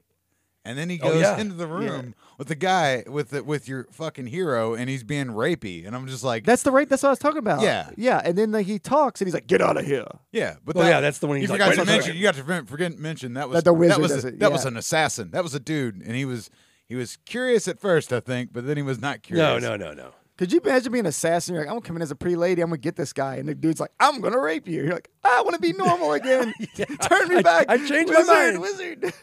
Speaker 4: and then he
Speaker 2: Oh,
Speaker 4: goes
Speaker 2: yeah.
Speaker 4: into the room with the guy with the, with your fucking hero, and he's being rapey, and I'm just like,
Speaker 3: That's the right. That's what I was talking about.
Speaker 4: Yeah.
Speaker 3: yeah. And then like, he talks and he's like, "Get out of here."
Speaker 4: yeah, but
Speaker 2: Well,
Speaker 4: that-
Speaker 2: yeah, that's the one
Speaker 4: You
Speaker 2: he's like,
Speaker 4: forgot
Speaker 2: "Wait
Speaker 4: to
Speaker 2: a
Speaker 4: mention.
Speaker 2: second."
Speaker 4: You got to forget, forget to mention that was
Speaker 3: That the wizard
Speaker 4: was
Speaker 3: does
Speaker 4: a-
Speaker 3: it,
Speaker 4: that was
Speaker 3: yeah.
Speaker 4: an assassin. That was a dude, and he was he was curious at first, I think, but then he was not curious.
Speaker 2: No, no, no, no.
Speaker 3: Could you imagine being an assassin? You're like, "I'm gonna come in as a pretty lady. I'm gonna get this guy." And the dude's like, "I'm gonna rape you." You're like, "I want to be normal again. Turn me
Speaker 2: I-
Speaker 3: back.
Speaker 2: I changed my
Speaker 3: wizard,
Speaker 2: mind."
Speaker 3: Wizard.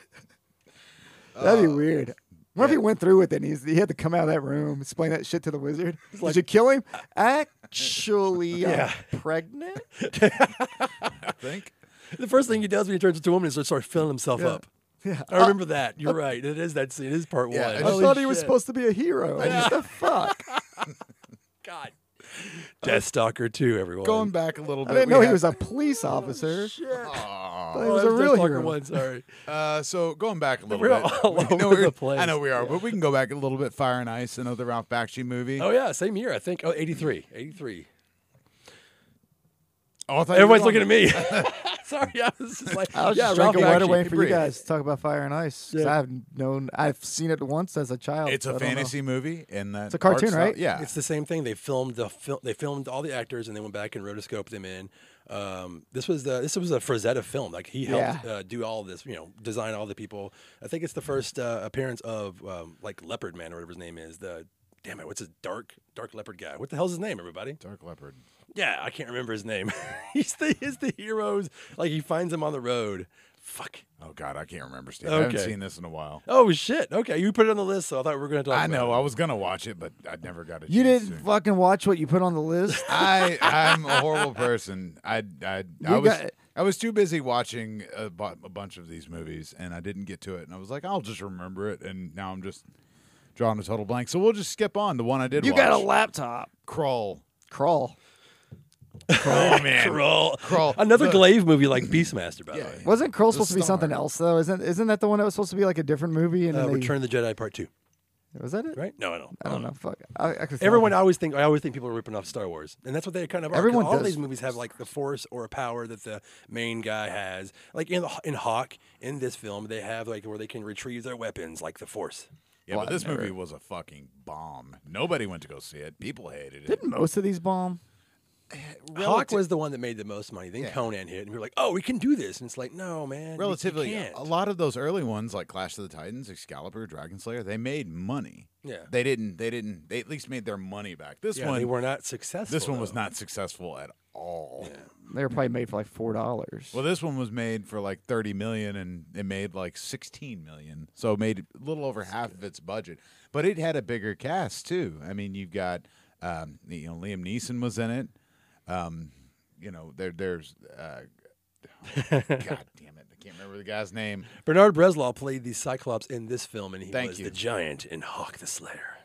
Speaker 3: That'd be weird. What if he went through with it? And he's, he had to come out of that room, explain that shit to the wizard. Did you kill him? Actually,
Speaker 2: Yeah.
Speaker 3: I'm pregnant.
Speaker 4: I think.
Speaker 2: The first thing he does when he turns into a woman is start filling himself up.
Speaker 3: Yeah. Oh.
Speaker 2: I remember that. You're right. It is that scene. It is part
Speaker 4: Yeah,
Speaker 2: one.
Speaker 4: I
Speaker 3: I
Speaker 4: Holy
Speaker 3: thought he was
Speaker 2: shit.
Speaker 3: supposed to be a hero. What the fuck?
Speaker 2: God. Death Stalker 2, everyone.
Speaker 4: Going back a little
Speaker 3: I
Speaker 4: bit,
Speaker 3: didn't
Speaker 4: we
Speaker 3: know he
Speaker 4: had-
Speaker 3: was a police officer.
Speaker 4: Aw.
Speaker 3: But he
Speaker 2: Oh,
Speaker 3: was
Speaker 2: that
Speaker 3: a
Speaker 2: was Death
Speaker 3: real
Speaker 2: Stalker
Speaker 3: hero.
Speaker 2: One, sorry.
Speaker 4: Uh, so going back a little
Speaker 2: We're
Speaker 4: bit,
Speaker 2: all
Speaker 4: we-
Speaker 2: over
Speaker 4: no, we're-
Speaker 2: the place.
Speaker 4: I know we are, but we can go back a little bit. Fire and Ice, another Ralph Bakshi movie.
Speaker 2: Oh, yeah. Same year, I think. Oh, 83. 83.
Speaker 4: Oh, I thought you were
Speaker 2: Everybody's
Speaker 4: going-
Speaker 2: looking at me. sorry. I was just like,
Speaker 3: I was
Speaker 2: yeah,
Speaker 3: just
Speaker 2: Ralph
Speaker 3: drinking water,
Speaker 2: Bakshi.
Speaker 3: waiting for you
Speaker 4: breathe.
Speaker 3: guys to talk about Fire and Ice. 'cause
Speaker 2: Yeah.
Speaker 3: I've known, I've seen it once as a child.
Speaker 4: It's
Speaker 3: so
Speaker 4: a
Speaker 3: I don't know.
Speaker 4: fantasy movie, and that
Speaker 3: It's a cartoon,
Speaker 4: art style-
Speaker 3: right?
Speaker 4: Yeah,
Speaker 2: It's the same thing. They filmed the fil- they filmed all the actors and they went back and rotoscoped them in. Um, this was the this was a Frazetta film. Like he helped
Speaker 3: Yeah.
Speaker 2: uh, do all this, you know, design all the people. I think it's the first uh, appearance of um, like Leopard Man or whatever his name is. The damn it, what's his dark dark leopard guy? What the hell's his name? Everybody?
Speaker 4: Dark Leopard.
Speaker 2: Yeah, I can't remember his name. he's the he's the heroes. Like he finds him on the road. Fuck.
Speaker 4: Oh God, I can't remember. Steve, I haven't
Speaker 2: Okay.
Speaker 4: seen this in a while.
Speaker 2: Oh shit. Okay, you put it on the list, so I thought we were gonna talk.
Speaker 4: I
Speaker 2: about
Speaker 4: know.
Speaker 2: it.
Speaker 4: I was gonna watch it, but I never got it.
Speaker 3: You didn't fucking watch what you put on the list.
Speaker 4: I I'm a horrible person. I I I
Speaker 3: You
Speaker 4: was
Speaker 3: got-
Speaker 4: I was too busy watching a, bu- a bunch of these movies, and I didn't get to it. And I was like, I'll just remember it, and now I'm just drawing a total blank. So we'll just skip on the one I did.
Speaker 3: you
Speaker 4: watch.
Speaker 3: got a laptop.
Speaker 4: crawl.
Speaker 3: Crawl.
Speaker 4: Crawl, man.
Speaker 2: Crawl.
Speaker 4: Crawl.
Speaker 2: Another
Speaker 4: Look.
Speaker 2: Glaive movie like Beastmaster, by the
Speaker 4: Yeah.
Speaker 2: way.
Speaker 3: Wasn't Crawl
Speaker 4: The
Speaker 3: supposed to be something
Speaker 4: star.
Speaker 3: else though? Isn't isn't that the one that was supposed to be like a different movie? And
Speaker 2: Uh,
Speaker 3: then they-
Speaker 2: Return of the Jedi Part Two,
Speaker 3: was that it?
Speaker 2: right? No, I don't.
Speaker 3: I don't know. Fuck. I, I could
Speaker 2: Everyone, I always think I always think people are ripping off Star Wars, and that's what they kind of are. 'cause
Speaker 3: Everyone
Speaker 2: all
Speaker 3: does.
Speaker 2: these movies have like the Force or a power that the main guy has. Like in in Hawk, in this film, they have like where they can retrieve their weapons, like the Force.
Speaker 4: Yeah,
Speaker 3: Well,
Speaker 4: but this
Speaker 3: I've never-
Speaker 4: movie was a fucking bomb. Nobody went to go see it. People hated it.
Speaker 3: didn't most of these bomb.
Speaker 2: Hawk
Speaker 4: Relati-
Speaker 2: was the one that made the most money. Then
Speaker 4: Yeah.
Speaker 2: Conan hit, and we were like, "Oh, we can do this," and it's like, "No, man, you- you
Speaker 4: relatively
Speaker 2: can't."
Speaker 4: a lot of those early ones like Clash of the Titans, Excalibur, Dragon Slayer, they made money.
Speaker 2: Yeah.
Speaker 4: They didn't they didn't they at least made their money back. This
Speaker 2: Yeah,
Speaker 4: one
Speaker 2: they were not successful.
Speaker 4: this one was
Speaker 2: though.
Speaker 4: not successful at all.
Speaker 3: They were probably made for like four dollars.
Speaker 4: Well, this one was made for like 30 million and it made like 16 million. So it made a little over half of its budget. But it had a bigger cast too. I mean, you've got um, you know Liam Neeson was in it. Um, you know, there there's uh, God damn it. I can't remember the guy's name.
Speaker 2: Bernard Breslau played the Cyclops in this film, and he
Speaker 4: Thank
Speaker 2: was
Speaker 4: you.
Speaker 2: the giant in Hawk the Slayer.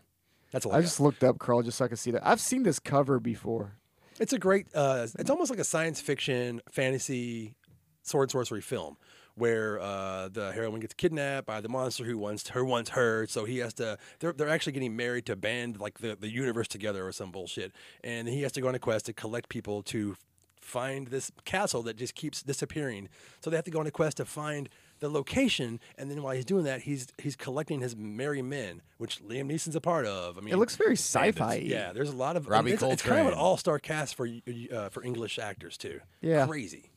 Speaker 2: That's all I,
Speaker 3: I
Speaker 2: got.
Speaker 3: just looked up Crawl just so I could see that. I've seen this cover before.
Speaker 2: It's a great. Uh, it's almost like a science fiction, fantasy, sword and sorcery film where uh, the heroine gets kidnapped by the monster who wants her wants her. So he has to. They're, they're actually getting married to band like the the universe together or some bullshit, and he has to go on a quest to collect people to find this castle that just keeps disappearing. So they have to go on a quest to find the location, and then while he's doing that, he's he's collecting his merry men, which Liam Neeson's a part of. I mean,
Speaker 3: It looks very sci-fi.
Speaker 2: yeah, there's a lot of
Speaker 4: Robbie
Speaker 2: it's, it's kind of an
Speaker 4: Coltrane.
Speaker 2: all-star cast for uh, for English actors too.
Speaker 3: Yeah.
Speaker 2: crazy.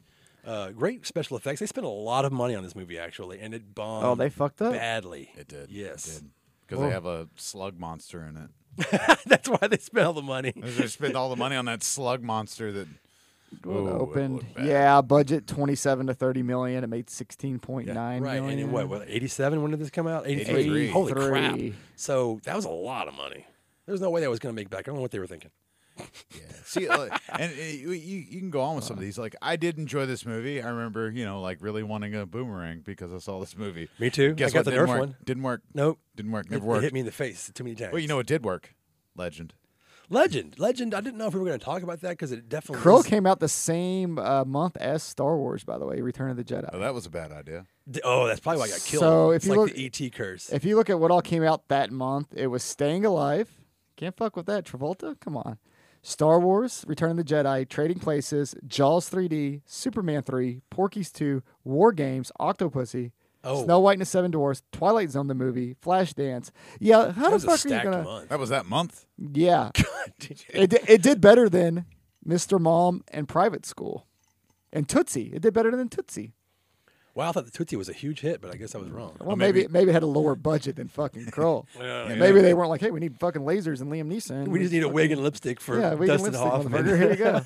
Speaker 2: Uh, great special effects. They spent a lot of money on this movie actually, and it bombed.
Speaker 3: Oh, they fucked up.
Speaker 2: badly.
Speaker 4: It did.
Speaker 2: Yes,
Speaker 4: Because they have a slug monster in it.
Speaker 2: that's why they spent all the money.
Speaker 4: They spent all the money on that slug monster that
Speaker 3: when it
Speaker 4: Ooh, it
Speaker 3: opened.
Speaker 4: looked bad.
Speaker 3: Yeah, budget 27 to 30 million. It made sixteen point nine
Speaker 2: Right, and
Speaker 3: million.
Speaker 2: in what, what, 87? When did this come out? 83.
Speaker 4: 83.
Speaker 2: Holy crap.
Speaker 3: Three.
Speaker 2: So that was a lot of money. There's no way that was going to make back. I don't know what they were thinking.
Speaker 4: See, like, and uh, you, you you can go on with some of these. Like, I did enjoy this movie. I remember, you know, like really wanting a boomerang because I saw this movie.
Speaker 2: Me too.
Speaker 4: Guess
Speaker 2: I got
Speaker 4: what?
Speaker 2: the
Speaker 4: didn't
Speaker 2: Nerf
Speaker 4: work.
Speaker 2: one.
Speaker 4: Didn't work.
Speaker 2: Nope.
Speaker 4: Didn't work.
Speaker 2: It,
Speaker 4: Never
Speaker 2: it
Speaker 4: worked.
Speaker 2: hit me in the face too many times.
Speaker 4: Well, you know, it did work. Legend.
Speaker 2: Legend. Legend. I didn't know if we were going to talk about that because it definitely
Speaker 3: Crow
Speaker 2: is-
Speaker 3: came out the same uh, month as Star Wars, by the way, Return of the Jedi.
Speaker 4: Oh, that was a bad idea.
Speaker 2: D- Oh, that's probably why I got killed.
Speaker 3: So if
Speaker 2: it's
Speaker 3: you
Speaker 2: like
Speaker 3: look-
Speaker 2: the ET curse.
Speaker 3: If you look at what all came out that month, it was Staying Alive. Can't fuck with that. Travolta, come on. Star Wars, Return of the Jedi, Trading Places, Jaws 3D, Superman 3, Porky's 2, War Games, Octopussy,
Speaker 2: Oh.
Speaker 3: Snow White and the Seven Dwarfs, Twilight Zone the movie, Flashdance. Yeah,
Speaker 2: That
Speaker 3: how the
Speaker 2: was a
Speaker 3: fuck are you
Speaker 2: stacked
Speaker 3: gonna?
Speaker 2: month.
Speaker 4: That was that month.
Speaker 3: Yeah, it di- it did better than Mr. Mom and Private School, and Tootsie. It did better than Tootsie.
Speaker 2: Wow, I thought the Tootsie was a huge hit, but I guess I was wrong.
Speaker 3: Well, maybe maybe, it had a lower budget than fucking Kroll.
Speaker 2: Yeah,
Speaker 3: And maybe they weren't like, hey, we need fucking lasers and Liam Neeson.
Speaker 2: We just need a wig and lipstick for
Speaker 3: yeah, we
Speaker 2: Dustin Hoffman.
Speaker 3: Here you go.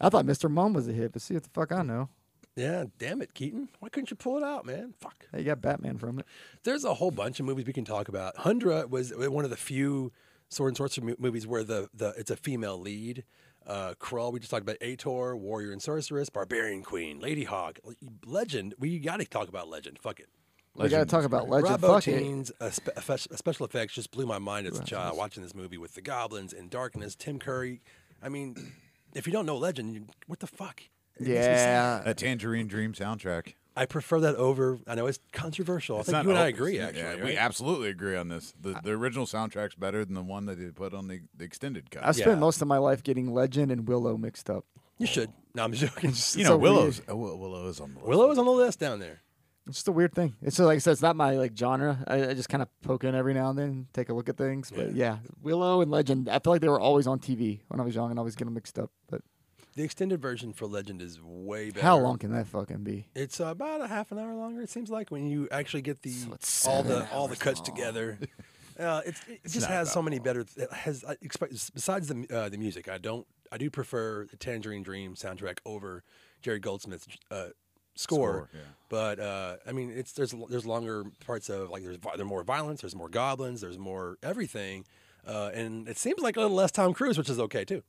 Speaker 3: I thought Mr. Mom was a hit, but see what the fuck I know.
Speaker 2: yeah, damn it, Keaton. Why couldn't you pull it out, man? Fuck.
Speaker 3: Hey, you got Batman from it.
Speaker 2: There's a whole bunch of movies we can talk about. Hundra was one of the few sword and sorcery mo- movies where the, the it's a female lead. Uh, Krull, we just talked about Ator, Warrior and Sorceress, Barbarian Queen, Lady Hawk, Le- Legend. We got to talk about Legend. Fuck it.
Speaker 3: We got to
Speaker 4: Legend
Speaker 3: talk
Speaker 4: was
Speaker 3: about
Speaker 4: great.
Speaker 3: Legend.
Speaker 2: Rob
Speaker 3: fuck it.
Speaker 2: Bottin's uh, spe- effe- special effects just blew my mind as a child watching this movie with the goblins and darkness. Tim Curry. I mean, if you don't know Legend, you, what the fuck? It makes me sad.
Speaker 3: Yeah.
Speaker 4: That Tangerine Dream soundtrack.
Speaker 2: I prefer that over. I know it's controversial.
Speaker 4: It's
Speaker 2: I
Speaker 4: not
Speaker 2: think you and I
Speaker 4: old-
Speaker 2: agree.
Speaker 4: yeah,
Speaker 2: Actually,
Speaker 4: we
Speaker 2: right?
Speaker 4: absolutely agree on this. The, the original soundtrack's better than the one that they put on the, the extended cut.
Speaker 3: I spent
Speaker 2: yeah.
Speaker 3: most of my life getting Legend and Willow mixed up.
Speaker 2: you should. No, I'm joking.
Speaker 4: you
Speaker 3: it's
Speaker 4: know,
Speaker 3: so weird.
Speaker 4: Willow's oh, Will- Willow's on the list.
Speaker 2: Willow is on the list down there.
Speaker 3: It's just a weird thing. It's just, like I said, it's not my like genre. I, I just kind of poke in every now and then, take a look at things. But yeah. Willow and Legend. I feel like they were always on TV when I was young, and I always get them mixed up. But
Speaker 2: The extended version for Legend is way better.
Speaker 3: how long can that fucking be?
Speaker 2: It's about a half an hour longer. It seems like when you actually get the
Speaker 3: it's
Speaker 2: all
Speaker 3: seven
Speaker 2: the all the
Speaker 3: hours
Speaker 2: cuts
Speaker 3: long.
Speaker 2: together. Uh, it's, it just has so many better. It has I expect, besides the uh, the music. I don't. I do prefer the Tangerine Dream soundtrack over Jerry Goldsmith's uh, score.
Speaker 4: Score, yeah.
Speaker 2: But uh, I mean, it's there's there's longer parts of like there's vi- there's more violence. There's more goblins. There's more everything. Uh, and it seems like a little less Tom Cruise, which is okay too.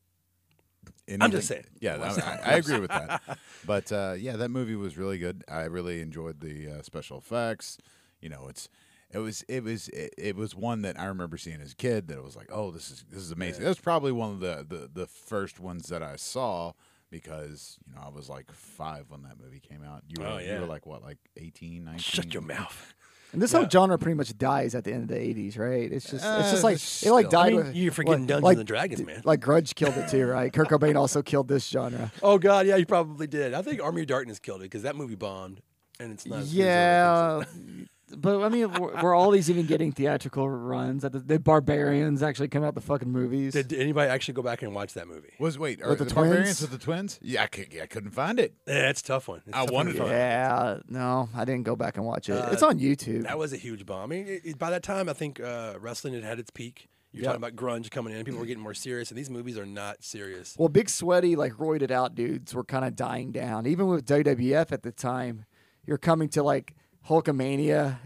Speaker 4: And
Speaker 2: I'm
Speaker 4: even-
Speaker 2: just saying.
Speaker 4: Yeah, I, I agree with that. But uh, yeah, that movie was really good. I really enjoyed the uh, special effects. You know, it's it was it was it, it was one that I remember seeing as a kid that it was like, oh, this is this is amazing. That was probably one of the, the the first ones that I saw because you know I was like five when that movie came out. You were,
Speaker 2: Oh,
Speaker 4: you
Speaker 2: yeah.
Speaker 4: were like what, like 18, 19?
Speaker 2: Shut your mouth.
Speaker 3: And this whole genre pretty much dies at the end of the '80s, right? It's just, it's just
Speaker 4: Uh,
Speaker 3: like
Speaker 4: it's
Speaker 3: it like
Speaker 4: still-
Speaker 2: I
Speaker 3: died
Speaker 2: mean,
Speaker 3: with
Speaker 2: you're forgetting
Speaker 3: like,
Speaker 2: Dungeons
Speaker 3: like,
Speaker 2: and Dragons, man.
Speaker 3: Like Grudge killed it too, right? Kurt Cobain also killed this genre.
Speaker 2: Oh God, yeah, you probably did. I think Army of Darkness killed it because that movie bombed, and it's not. as good as everything.
Speaker 3: yeah, but I mean, were, were all these even getting theatrical runs? At the, did Barbarians actually come out the fucking movies?
Speaker 2: Did anybody actually go back and watch that movie?
Speaker 4: Was wait, are
Speaker 3: With
Speaker 4: the,
Speaker 3: the
Speaker 4: Barbarians
Speaker 3: twins?
Speaker 4: with the twins? Yeah, I, could, I couldn't find it.
Speaker 2: Yeah, it's a tough one. It's a
Speaker 4: I
Speaker 2: tough one
Speaker 4: wanted
Speaker 2: to
Speaker 4: to.
Speaker 2: find.
Speaker 3: yeah, no, I didn't go back and watch
Speaker 2: Uh,
Speaker 3: it. it's on YouTube.
Speaker 2: That was a huge bomb. I mean, it- it- by that time, I think uh, wrestling had had its peak. You're talking about grunge coming in. People were getting more serious, and these movies are not serious.
Speaker 3: Well, big sweaty, like roided out dudes were kind of dying down. Even with WWF at the time, you're coming to like Hulkamania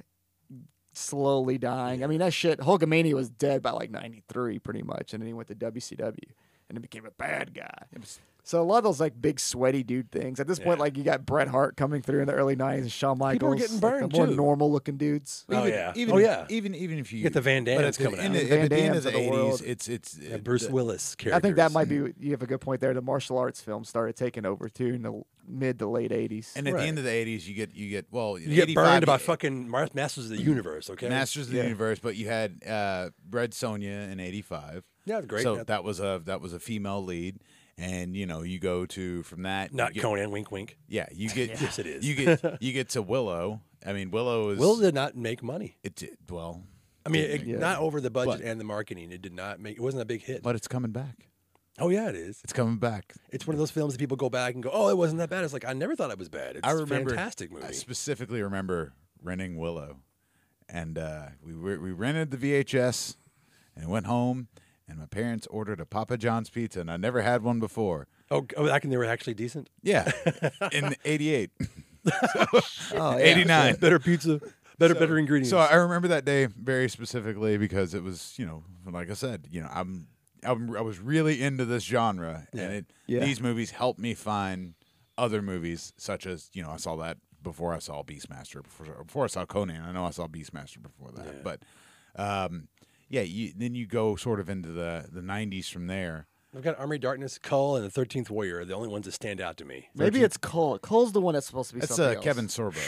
Speaker 3: slowly dying. I mean, that shit, Hulkamania was dead by like 93 pretty much. And then he went to WCW and it became a bad guy. So a lot of those like big sweaty dude things. At this point,
Speaker 2: Yeah.
Speaker 3: like you got Bret Hart coming through in the early 90s and Shawn Michaels.
Speaker 2: People were getting
Speaker 3: like, the
Speaker 2: burned,
Speaker 3: more
Speaker 2: too.
Speaker 3: normal looking dudes.
Speaker 2: Oh,
Speaker 4: Even-
Speaker 2: yeah.
Speaker 4: Even,
Speaker 2: Oh, yeah.
Speaker 4: Even even if you
Speaker 2: Get the Van
Speaker 4: but
Speaker 2: Dams
Speaker 4: at the-
Speaker 2: coming
Speaker 4: in
Speaker 2: out.
Speaker 4: The,
Speaker 3: Van
Speaker 4: at the end
Speaker 3: Dams
Speaker 4: of the
Speaker 3: of the world.
Speaker 4: eighties, it's it's
Speaker 2: That
Speaker 4: it-
Speaker 2: Bruce
Speaker 4: the-
Speaker 2: Willis character.
Speaker 3: I think that might be, you have a good point there. The martial arts films started taking over too in the mid to late 80s.
Speaker 4: And at the
Speaker 2: Right.
Speaker 4: end of the eighties, you get you get well,
Speaker 2: You get burned by fucking Mar- Masters of the Universe. Okay,
Speaker 4: Masters of the
Speaker 3: Yeah.
Speaker 4: Universe. But you had uh, Red Sonia in eighty five.
Speaker 2: Yeah, great.
Speaker 4: So
Speaker 2: Yeah.
Speaker 4: that was a that was a female lead, and you know you go to from that
Speaker 2: not
Speaker 4: you get,
Speaker 2: Conan. Wink, wink.
Speaker 4: Yeah, you get
Speaker 2: Yes, it is.
Speaker 4: You get you get to Willow. I mean, Willow is
Speaker 2: Will did not make money.
Speaker 4: it did- well,
Speaker 2: I mean, it,
Speaker 3: Yeah.
Speaker 2: not over the budget
Speaker 4: But-
Speaker 2: and the marketing. It did not make. It wasn't a big hit.
Speaker 4: but it's coming back.
Speaker 2: oh yeah, it is.
Speaker 4: It's coming back.
Speaker 2: It's one of those films that people go back and go, "Oh, it wasn't that bad." It's like I never thought it was bad. It's
Speaker 4: I remember
Speaker 2: a fantastic movie.
Speaker 4: I specifically remember renting Willow, and uh, we were, we rented the VHS and went home and my parents ordered a Papa John's pizza, and I never had one before.
Speaker 2: Oh, g- oh, back when they were actually decent.
Speaker 4: Yeah, in '88,
Speaker 5: Oh, yeah.
Speaker 4: '89.
Speaker 2: Better pizza, better better ingredients.
Speaker 4: So uh, I remember that day very specifically because it was, you know, like I said, you know, I'm, I'm I was really into this genre,
Speaker 2: Yeah.
Speaker 4: and it,
Speaker 5: Yeah.
Speaker 4: these movies helped me find other movies such as, you know, I saw that before I saw Beastmaster, before before I saw Conan. I know I saw Beastmaster before that, but, um, yeah, you then you go sort of into the the '90s from there.
Speaker 2: I've got Army of Darkness, Cull, and the Thirteenth Warrior. Are the only ones that stand out to me.
Speaker 3: Maybe it's Cole. Cole's the one that's supposed to be.
Speaker 4: That's
Speaker 3: something
Speaker 4: uh,
Speaker 3: else.
Speaker 4: Kevin Sorbo.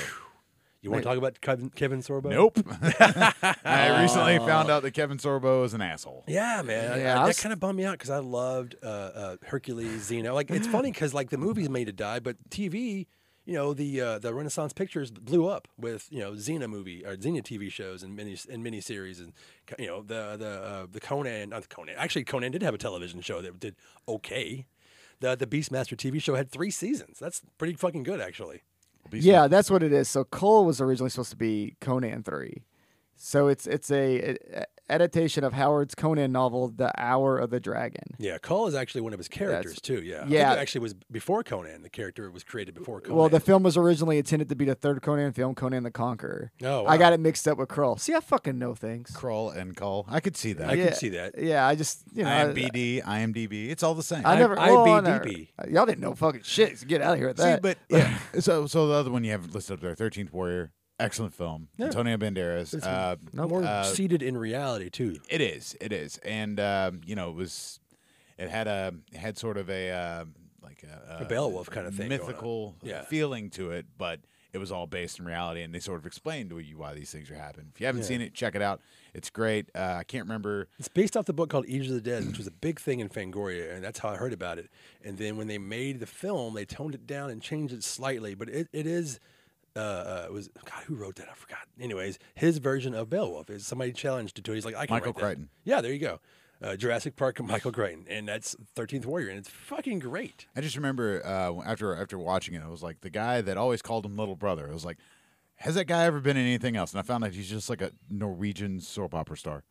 Speaker 2: You want to talk about Kevin, Kevin Sorbo?
Speaker 4: Nope. I recently found out that Kevin Sorbo is an asshole.
Speaker 2: Oh. Yeah, man. I- I-
Speaker 3: Yeah, I
Speaker 2: that
Speaker 3: was-
Speaker 2: kind of bummed me out because I loved uh, uh, Hercules, Zeno. Like it's
Speaker 3: Mm.
Speaker 2: funny because like the movies made it die, but TV, you know, the uh, the Renaissance pictures blew up with you know Xena movie or Xena TV shows and mini and miniseries and you know the the uh, the Conan not the Conan actually Conan did have a television show that did okay. The the Beastmaster TV show had three seasons. That's pretty fucking good actually.
Speaker 3: Yeah,
Speaker 4: Beastmaster.
Speaker 3: that's what it is. So Cole was originally supposed to be Conan three, so it's it's a, a adaptation of Howard's Conan novel, The Hour of the Dragon.
Speaker 2: Yeah, Cole is actually one of his characters too. Yeah, I think
Speaker 3: yeah.
Speaker 2: it actually was before Conan. The character was created before Conan.
Speaker 3: Well, the film was originally intended to be the third Conan film, Conan the Conqueror.
Speaker 2: Oh,
Speaker 3: I
Speaker 2: wow.
Speaker 3: got it mixed up with Kroll. See, I fucking know things.
Speaker 4: Crawl and call. I could see that.
Speaker 2: I
Speaker 3: yeah.
Speaker 2: can see that.
Speaker 3: Yeah, I just you know. I-
Speaker 4: IMBD, IMDb. It's all the same.
Speaker 3: I, never.
Speaker 2: I-
Speaker 3: well, I
Speaker 2: IBDB.
Speaker 3: never- Y'all didn't know fucking shit. So get out of here with
Speaker 4: see,
Speaker 3: that.
Speaker 4: but yeah. so, so the other one you have listed up there, Thirteenth Warrior, excellent film. Antonio Banderas. Uh,
Speaker 2: more
Speaker 4: uh,
Speaker 2: seated in reality too.
Speaker 4: it is. It is, and um, you know, it was. It had a it had sort of a uh, like a,
Speaker 2: A Beowulf kind of thing going on.
Speaker 4: mythical
Speaker 2: Yeah.
Speaker 4: feeling to it, but it was all based in reality, and they sort of explained to you why these things are happening. If you haven't seen it, check it out. It's great. Uh, I can't remember.
Speaker 2: It's based off the book called Egypt of the Dead, which was a big thing in Fangoria, and that's how I heard about it. And then when they made the film, they toned it down and changed it slightly, but it, it is. Uh, uh, it was God who wrote that? I forgot. Anyways, his version of Beowulf is somebody challenged it to. it. He's like, I can
Speaker 4: Michael
Speaker 2: write that.
Speaker 4: Crichton.
Speaker 2: Yeah, there you go. Uh, Jurassic Park and Michael Crichton, and that's Thirteenth Warrior, and it's fucking great.
Speaker 4: I just remember uh, after after watching it, I was like the guy that always called him little brother. I was like, has that guy ever been in anything else? And I found out he's just like a Norwegian soap opera star.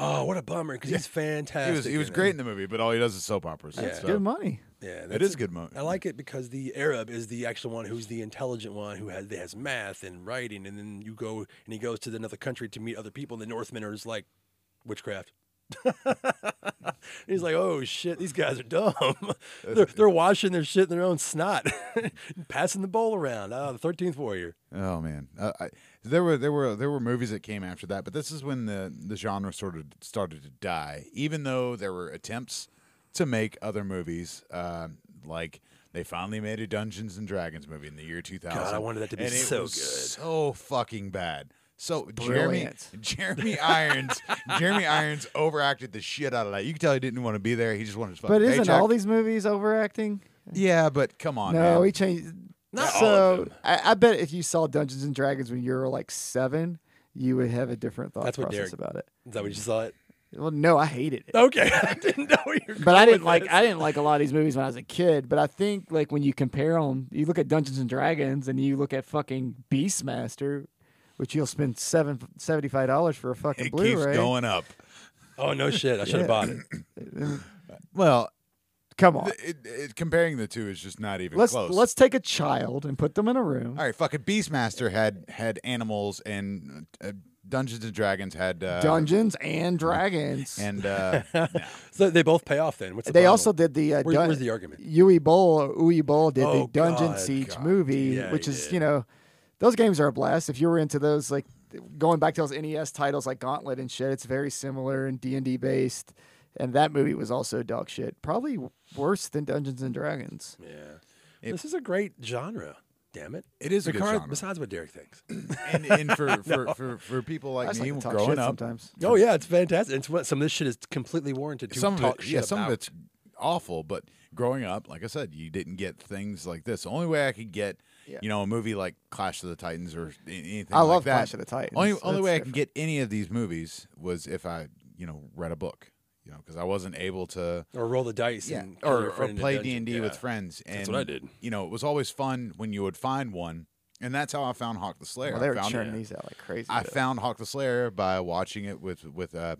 Speaker 2: Oh, what a bummer because he's fantastic.
Speaker 4: He was he was
Speaker 2: in it.
Speaker 4: great in the movie, but all he does is soap operas.
Speaker 2: That's
Speaker 4: So-
Speaker 3: good money.
Speaker 2: Yeah,
Speaker 4: It is good mo-
Speaker 2: I like it because the Arab is the actual one who's the intelligent one who has, has math and writing, and then you go and he goes to another country to meet other people, and the Northmen are just like witchcraft. He's like, oh shit, these guys are dumb. they're, they're washing their shit in their own snot, passing the bowl around. Oh, the Thirteenth Warrior.
Speaker 4: Oh man, uh, I, there were there were there were movies that came after that, but this is when the the genre sort of started to die. Even though there were attempts to make other movies, uh, like they finally made a Dungeons and Dragons movie in the year two thousand.
Speaker 2: God, I wanted that to be
Speaker 4: and it
Speaker 2: so
Speaker 4: was
Speaker 2: good.
Speaker 4: so fucking bad. So Jeremy
Speaker 3: brilliant.
Speaker 4: Jeremy Irons Jeremy Irons overacted the shit out of that. You could tell he didn't want to be there. He just wanted his fucking
Speaker 3: But isn't
Speaker 4: paycheck.
Speaker 3: all these movies overacting?
Speaker 4: yeah, but come on,
Speaker 3: No,
Speaker 4: man.
Speaker 3: he changed.
Speaker 2: Not
Speaker 3: so
Speaker 2: all of
Speaker 3: I, I bet if you saw Dungeons and Dragons when you were like seven, you would have a different thought
Speaker 2: That's what Derek-
Speaker 3: process about it.
Speaker 2: Is that what you saw it?
Speaker 3: Well, no, I hated it.
Speaker 2: Okay, I didn't know you. Were
Speaker 3: But I
Speaker 2: going
Speaker 3: didn't
Speaker 2: with
Speaker 3: like
Speaker 2: this.
Speaker 3: I didn't like a lot of these movies when I was a kid. But I think like when you compare them, you look at Dungeons and Dragons and you look at fucking Beastmaster, which you'll spend seven seventy five dollars for a fucking
Speaker 4: it
Speaker 3: Blu-ray.
Speaker 4: keeps going up.
Speaker 2: Oh no, shit! I should have bought it.
Speaker 4: Well,
Speaker 3: Come on,
Speaker 4: It, it, comparing the two is just not even
Speaker 3: let's
Speaker 4: close.
Speaker 3: let's take a child and put them in a room.
Speaker 4: All right, fucking Beastmaster had had animals and uh, Dungeons and Dragons had uh,
Speaker 3: Dungeons and Dragons.
Speaker 4: and uh,
Speaker 2: So they both pay off then. What's the
Speaker 3: they
Speaker 2: problem?
Speaker 3: also did the uh,
Speaker 2: Where-
Speaker 3: dun-
Speaker 2: where's the argument?
Speaker 3: Yui Bowl or Uwe Bowl did
Speaker 2: Oh,
Speaker 3: the Dungeon
Speaker 2: God,
Speaker 3: Siege
Speaker 2: God,
Speaker 3: movie,
Speaker 2: yeah,
Speaker 3: which
Speaker 2: he
Speaker 3: is
Speaker 2: did.
Speaker 3: you know, those games are a blast. If you were into those, like going back to those NES titles like Gauntlet and shit, it's very similar and D and D based. And that movie was also dog shit, probably w- worse than Dungeons and Dragons.
Speaker 2: Yeah. this is a great genre. Damn it.
Speaker 4: It is a good
Speaker 2: Besides-
Speaker 4: genre.
Speaker 2: Besides what Derek thinks.
Speaker 4: and, and for, for, for, for people
Speaker 3: I
Speaker 4: like
Speaker 3: just
Speaker 4: me
Speaker 3: like to talk
Speaker 4: growing
Speaker 3: shit
Speaker 4: up,
Speaker 3: sometimes.
Speaker 2: oh yeah, it's fantastic. It's what some of this shit is completely warranted to
Speaker 4: some of
Speaker 2: talk
Speaker 4: it,
Speaker 2: shit
Speaker 4: yeah, some
Speaker 2: about.
Speaker 4: of it's awful. But growing up, like I said, you didn't get things like this. The only way I could get, you know, a movie like Clash of the Titans or a- anything.
Speaker 3: I
Speaker 4: like
Speaker 3: love
Speaker 4: that,
Speaker 3: Clash of the Titans.
Speaker 4: Only,
Speaker 3: That's
Speaker 4: only way I could get any of these movies was if I, you know, read a book. You know, because I wasn't able to.
Speaker 2: or roll the dice
Speaker 4: yeah,
Speaker 2: and kill
Speaker 4: or,
Speaker 2: your
Speaker 4: or
Speaker 2: friend in a
Speaker 4: play D
Speaker 2: dungeon.
Speaker 4: and D with
Speaker 2: Yeah.
Speaker 4: friends. And,
Speaker 2: what I did.
Speaker 4: You know, it was always fun when you would find one, and that's how I found Hawk the Slayer.
Speaker 3: Well, they
Speaker 4: I
Speaker 3: were
Speaker 4: found
Speaker 3: churning these out like crazy.
Speaker 4: I
Speaker 3: though.
Speaker 4: found Hawk the Slayer by watching it with with uh,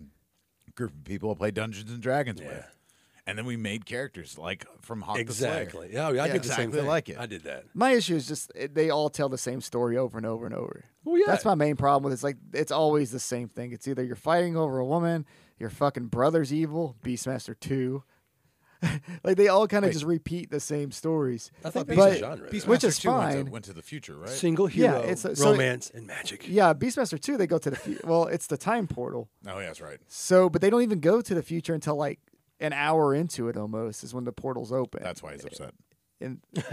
Speaker 4: group of people I played Dungeons and Dragons
Speaker 2: Yeah.
Speaker 4: with, and then we made characters like from Hawk the Slayer.
Speaker 2: Exactly. Yeah, I did the same
Speaker 4: exactly
Speaker 2: thing.
Speaker 4: like it.
Speaker 2: I did that.
Speaker 3: My issue is just eh, they all tell the same story over and over and over.
Speaker 2: Well, Oh, yeah.
Speaker 3: That's my main problem with it. It's like it's always the same thing. It's either you're fighting over a woman, your fucking brother's evil, Beastmaster 2. like they all kind of
Speaker 4: Wait.
Speaker 3: just repeat the same stories.
Speaker 2: I thought
Speaker 3: But-
Speaker 2: based on genre.
Speaker 4: Beastmaster
Speaker 2: though.
Speaker 3: Which is
Speaker 4: 2 went to- Went
Speaker 3: fine.
Speaker 4: to, the future, right?
Speaker 2: Single
Speaker 3: Yeah,
Speaker 2: hero,
Speaker 3: it's a- so-
Speaker 2: romance, and magic.
Speaker 3: Yeah, Beastmaster 2, they go to the fu- well, it's the time portal.
Speaker 4: oh, yeah, that's right.
Speaker 3: So, but they don't even go to the future until like an hour into it almost is when the portal's open.
Speaker 4: That's why he's upset.
Speaker 3: and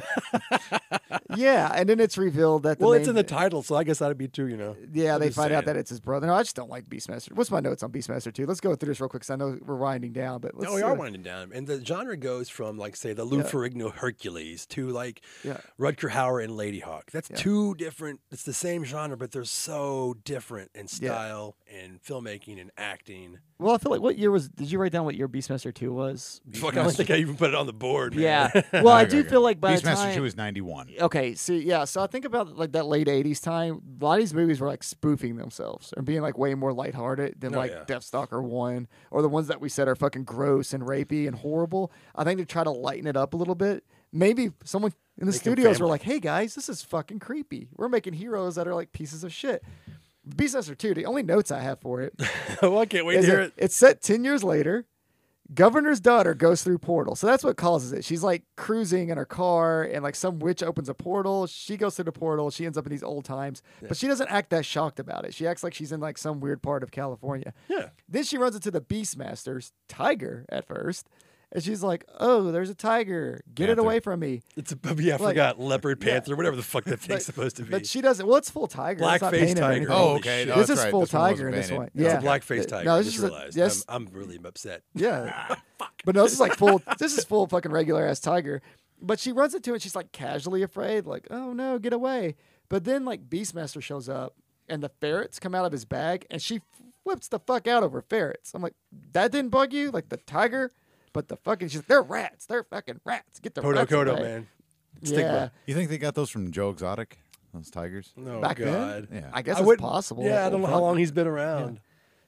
Speaker 3: yeah, and then it's revealed that the
Speaker 2: Well, it's in
Speaker 3: main-
Speaker 2: the title, so I guess that'd be two. You know.
Speaker 3: Yeah,
Speaker 2: I'm
Speaker 3: they
Speaker 2: just
Speaker 3: find out
Speaker 2: saying.
Speaker 3: that it's his brother. No, I just don't like Beastmaster. What's my notes on Beastmaster 2? Let's go through this real quick because I know we're winding down, but let's
Speaker 2: No, Oh, we are
Speaker 3: uh,
Speaker 2: winding down, and the genre goes from like say the Lou Ferrigno Hercules to like
Speaker 3: Yeah.
Speaker 2: Rutger Hauer and Lady Hawk. That's two different. It's the same genre, but they're so different in style and filmmaking and acting.
Speaker 6: Well, I feel like what year was? Did you write down what year Beastmaster Two was?
Speaker 2: Fuck, I don't think I even put it on the board. man.
Speaker 6: Yeah. Well, I
Speaker 4: Okay,
Speaker 6: do
Speaker 4: okay.
Speaker 6: feel like by the
Speaker 4: Beastmaster
Speaker 6: time.
Speaker 4: Two is ninety one.
Speaker 6: okay. s-
Speaker 3: See, yeah, so I think about like that late 80s time, a lot of these movies were like spoofing themselves and being like way more lighthearted than
Speaker 2: Oh,
Speaker 3: like
Speaker 2: yeah.
Speaker 3: Deathstalker 1 or the ones that we said are fucking gross and rapey and horrible. I think they try to lighten it up a little bit. Maybe someone in the
Speaker 2: Make 'em
Speaker 3: studios were
Speaker 2: family.
Speaker 3: like, hey guys, this is fucking creepy. We're making heroes that are like pieces of shit. Beastmaster 2, the only notes I have for it
Speaker 2: well, Oh, I can't wait to
Speaker 3: is
Speaker 2: hear
Speaker 3: it-
Speaker 2: it.
Speaker 3: It's set 10 years later. Governor's daughter goes through portal. So that's what causes it. She's like cruising in her car and like some witch opens a portal. She goes through the portal. She ends up in these old times, but she doesn't act that shocked about it. She acts like she's in like some weird part of California.
Speaker 2: Yeah.
Speaker 3: Then she runs into the Beastmaster's tiger at first. And she's like, oh, there's a tiger. Get it
Speaker 4: Panther.
Speaker 3: away from me.
Speaker 2: It's a, yeah, I
Speaker 3: Like-
Speaker 2: forgot leopard,
Speaker 3: yeah.
Speaker 2: panther, whatever the fuck that thing's supposed to be.
Speaker 3: But she doesn't. Well, it's full tiger. It's not
Speaker 2: Blackface
Speaker 3: painted or
Speaker 2: tiger.
Speaker 3: anything.
Speaker 4: Oh,
Speaker 2: Holy
Speaker 4: okay.
Speaker 2: shit.
Speaker 4: No,
Speaker 3: this
Speaker 4: that's
Speaker 3: is
Speaker 4: right.
Speaker 3: full
Speaker 4: This one
Speaker 3: tiger in
Speaker 4: wasn't
Speaker 3: this
Speaker 4: painted.
Speaker 3: one.
Speaker 2: it's
Speaker 3: Yeah. Uh,
Speaker 2: a blackface tiger.
Speaker 3: No,
Speaker 2: I
Speaker 3: this
Speaker 2: just
Speaker 3: is a-
Speaker 2: realized.
Speaker 3: yes.
Speaker 2: I'm, I'm really upset.
Speaker 3: Yeah.
Speaker 2: Ah,
Speaker 3: But no, this is like full. this is full fucking regular ass tiger. But she runs into it. She's like casually afraid, like, oh no, get away. But then like Beastmaster shows up and the ferrets come out of his bag and she flips the fuck out over ferrets. I'm like, that didn't bug you? Like the tiger? But the fucking, she's like, they're rats. They're fucking rats. Get the
Speaker 2: Kodo
Speaker 3: rats
Speaker 2: Kodo,
Speaker 3: away."
Speaker 2: man.
Speaker 3: Yeah.
Speaker 2: Stigma.
Speaker 4: You think they got those from Joe Exotic? Those tigers?
Speaker 2: No
Speaker 3: Back then?
Speaker 2: Oh, God.
Speaker 4: Yeah.
Speaker 3: I guess
Speaker 2: I
Speaker 3: it's
Speaker 2: wouldn't-
Speaker 3: possible.
Speaker 2: Yeah, I
Speaker 3: that
Speaker 2: don't know
Speaker 3: old
Speaker 2: how
Speaker 3: fuck-
Speaker 2: long he's been around.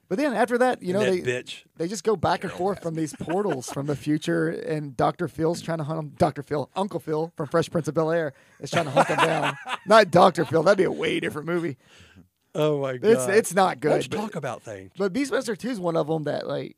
Speaker 3: But then after that, you know,
Speaker 2: that
Speaker 3: they,
Speaker 2: bitch.
Speaker 3: they just go back and forth from these portals from the future, and Dr. Phil's trying to hunt them. Dr. Phil, Uncle Phil from Fresh Prince of Bel Air is trying to hunt them down. Not Dr. Phil. That'd be a way different movie.
Speaker 2: Oh my God.
Speaker 3: It's it's not
Speaker 2: Let's
Speaker 3: good. But,
Speaker 2: talk about things.
Speaker 3: but Beastmaster 2 is one of them that, like,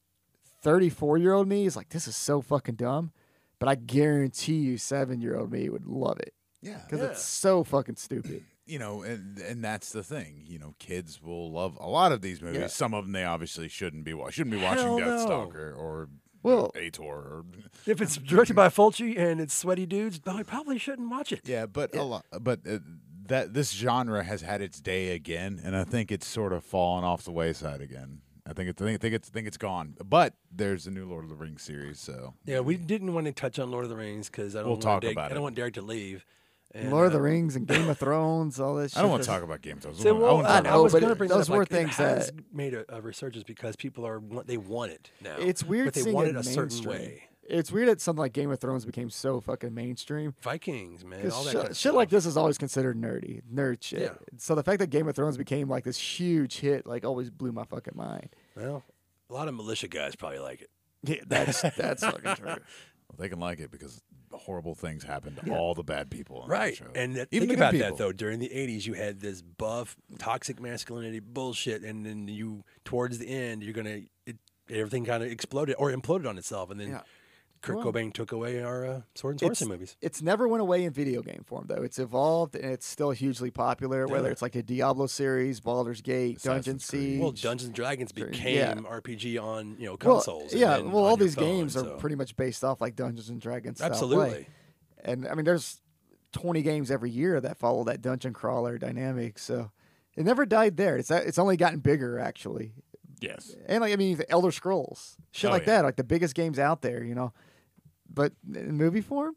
Speaker 3: 34 year old me is like, this is so fucking dumb. But I guarantee you, seven year old me would love it
Speaker 4: Yeah.
Speaker 3: because it's so fucking stupid.
Speaker 4: you know, and and that's the thing. You know, kids will love a lot of these movies.
Speaker 3: Yeah.
Speaker 4: Some of them they obviously shouldn't be watching. Shouldn't be watching
Speaker 2: Hell no.
Speaker 4: Deathstalker or
Speaker 3: Well-
Speaker 4: Ator. Or,
Speaker 2: If it's directed by Fulci and it's sweaty dudes, I probably shouldn't watch it.
Speaker 4: yeah, but a lot. But uh, that this genre has had its day again, and I think it's sort of fallen off the wayside again. I think it's I think, I think it's I think it's gone. But there's the new Lord of the Rings series, so
Speaker 2: Yeah, we didn't want to touch on Lord of the Rings because I don't
Speaker 4: We'll
Speaker 2: want
Speaker 4: talk
Speaker 2: Derek,
Speaker 4: about
Speaker 2: I
Speaker 4: it.
Speaker 2: don't want Derek to leave. And,
Speaker 3: Lord of the
Speaker 2: uh,
Speaker 3: Rings and Game of Thrones, all this shit.
Speaker 4: I don't want
Speaker 3: is-
Speaker 4: to talk about Game of Thrones. I
Speaker 2: So,
Speaker 4: wanna- I
Speaker 2: well,
Speaker 4: wanna
Speaker 2: I,
Speaker 4: talk
Speaker 2: I
Speaker 3: know,
Speaker 4: about
Speaker 2: was
Speaker 3: but
Speaker 2: going to
Speaker 3: it-
Speaker 2: bring
Speaker 3: those
Speaker 2: that up,
Speaker 3: were
Speaker 2: like, it
Speaker 3: things
Speaker 2: has
Speaker 3: that-
Speaker 2: made a, a resurgence because people are want- they want it now.
Speaker 3: It's weird
Speaker 2: but they
Speaker 3: seeing
Speaker 2: want
Speaker 3: it
Speaker 2: it a certain
Speaker 3: mainstream.
Speaker 2: way.
Speaker 3: It's weird that something like Game of Thrones became so fucking mainstream.
Speaker 2: Vikings, man, all
Speaker 3: Because
Speaker 2: that
Speaker 3: shit,
Speaker 2: kind of
Speaker 3: shit like this is always considered nerdy, nerd shit.
Speaker 2: Yeah.
Speaker 3: So the fact that Game of Thrones became like this huge hit, like, always blew my fucking mind.
Speaker 2: Well, a lot of militia guys probably like it.
Speaker 3: Yeah, that's that's fucking true.
Speaker 4: They can like it because horrible things happen to all the bad people. On that
Speaker 2: Right.
Speaker 4: show.
Speaker 2: And that,
Speaker 4: Even
Speaker 2: think
Speaker 4: the good
Speaker 2: about that
Speaker 4: people.
Speaker 2: though. During the '80s, you had this buff toxic masculinity bullshit, and then you towards the end, you're gonna it, everything kind of exploded or imploded on itself, and then
Speaker 3: Yeah.
Speaker 2: Kurt
Speaker 3: Well-
Speaker 2: Cobain took away our uh, sword and
Speaker 3: It's-
Speaker 2: sorcery movies.
Speaker 3: It's never went away in video game form though. It's evolved and it's still hugely popular. Whether
Speaker 2: Yeah.
Speaker 3: it's like the Diablo series, Baldur's Gate, Dungeon
Speaker 4: Assassin's Creed.
Speaker 3: Siege.
Speaker 2: Well, Dungeons and Dragons
Speaker 3: Sure,
Speaker 2: became
Speaker 3: yeah.
Speaker 2: RPG on you know
Speaker 3: Well,
Speaker 2: consoles. and
Speaker 3: yeah.
Speaker 2: then
Speaker 3: Well,
Speaker 2: on
Speaker 3: all
Speaker 2: your
Speaker 3: these
Speaker 2: phone,
Speaker 3: games are
Speaker 2: so-
Speaker 3: pretty much based off like Dungeons and Dragons. style play.
Speaker 2: absolutely.
Speaker 3: and I mean, there's 20 games every year that follow that dungeon crawler dynamic. So it never died there. It's uh, it's only gotten bigger actually.
Speaker 4: yes,
Speaker 3: And like I mean, the Elder Scrolls, shit
Speaker 4: Oh,
Speaker 3: like
Speaker 4: yeah.
Speaker 3: that, like the biggest games out there, you know. But in movie form,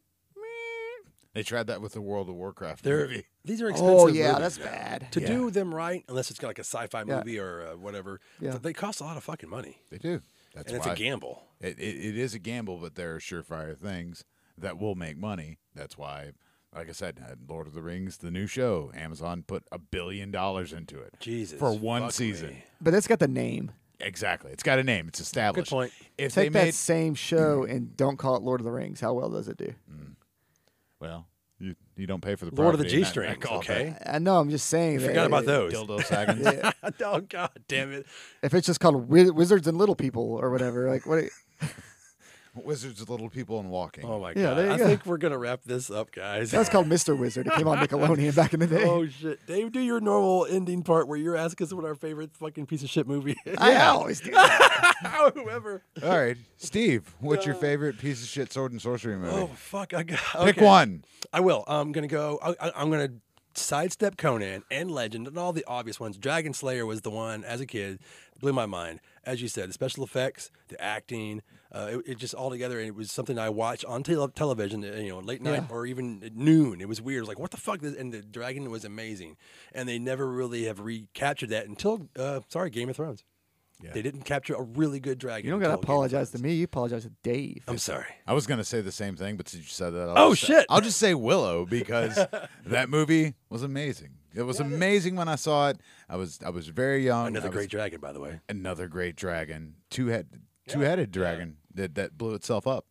Speaker 4: they tried that with the World of Warcraft
Speaker 2: They're
Speaker 4: movie.
Speaker 2: these are expensive.
Speaker 3: oh yeah,
Speaker 2: movies
Speaker 3: that's
Speaker 2: now.
Speaker 3: bad.
Speaker 2: To
Speaker 4: Yeah.
Speaker 2: do them right, unless it's got like a sci-fi
Speaker 3: Yeah.
Speaker 2: movie or uh, whatever,
Speaker 3: Yeah.
Speaker 2: they cost a lot of fucking money,
Speaker 4: They do. That's
Speaker 2: and
Speaker 4: why
Speaker 2: it's a gamble.
Speaker 4: It, it, it is a gamble, but there are surefire things that will make money. That's why, like I said, uh, Lord of the Rings, the new show, Amazon put a billion dollars into it
Speaker 2: Jesus,
Speaker 4: for one
Speaker 2: fuck
Speaker 4: season.
Speaker 2: me.
Speaker 3: But it's got the name.
Speaker 4: Exactly. It's got a name. It's established.
Speaker 2: point.
Speaker 4: If
Speaker 3: Take
Speaker 4: they
Speaker 3: that
Speaker 4: made
Speaker 3: same show and don't call it Lord of the Rings. How well does it do?
Speaker 4: well, you you don't pay for the
Speaker 2: Lord of the
Speaker 4: property,
Speaker 2: G
Speaker 4: and that- that
Speaker 2: Strings.
Speaker 4: calls that
Speaker 2: Okay.
Speaker 3: I know. I'm just saying.
Speaker 2: I
Speaker 3: that
Speaker 2: forgot about
Speaker 3: it-
Speaker 2: those.
Speaker 4: Dildo Saggins.
Speaker 2: oh, God damn it.
Speaker 3: If it's just called Wiz- Wizards and Little People or whatever, like what?
Speaker 4: Wizards of Little People and Walking.
Speaker 2: Oh, my
Speaker 3: Yeah,
Speaker 2: God.
Speaker 3: there you
Speaker 2: I
Speaker 3: go.
Speaker 2: think we're going to wrap this up, guys.
Speaker 3: That's called Mr. Wizard. It came on Nickelodeon back in the day.
Speaker 2: Oh shit, Dave! Do your normal ending part where you're asking us what our favorite fucking piece of shit movie is.
Speaker 3: I always do. that.
Speaker 2: Whoever.
Speaker 4: All right, Steve. What's your favorite piece of shit sword and sorcery movie?
Speaker 2: Uh, Oh fuck! I got.
Speaker 4: Pick
Speaker 2: okay.
Speaker 4: one.
Speaker 2: I will. I'm gonna go. I, I, I'm gonna sidestep Conan and Legend and all the obvious ones. Dragon Slayer was the one as a kid blew my mind. As you said, the special effects, the acting, uh, it, it just all together. And it was something I watched on tele- television, uh, you know, late night or even at noon. It was weird. It was like, what the fuck? This? And the dragon was amazing. And they never really have recaptured that until, uh, sorry, Game of Thrones. They didn't capture a really good dragon.
Speaker 3: You don't gotta
Speaker 2: until Game of
Speaker 3: apologize to
Speaker 2: Thrones.
Speaker 3: me. You apologize to Dave.
Speaker 2: I'm sorry.
Speaker 4: I was gonna say the same thing, but since you said that, I'll
Speaker 2: Oh,
Speaker 4: just-
Speaker 2: shit.
Speaker 4: I'll just say Willow because that movie was amazing. It was amazing when I saw it. I was I was very young.
Speaker 2: Another
Speaker 4: I was-
Speaker 2: great dragon, by the way.
Speaker 4: another great dragon, two head, two headed dragon that that blew itself up.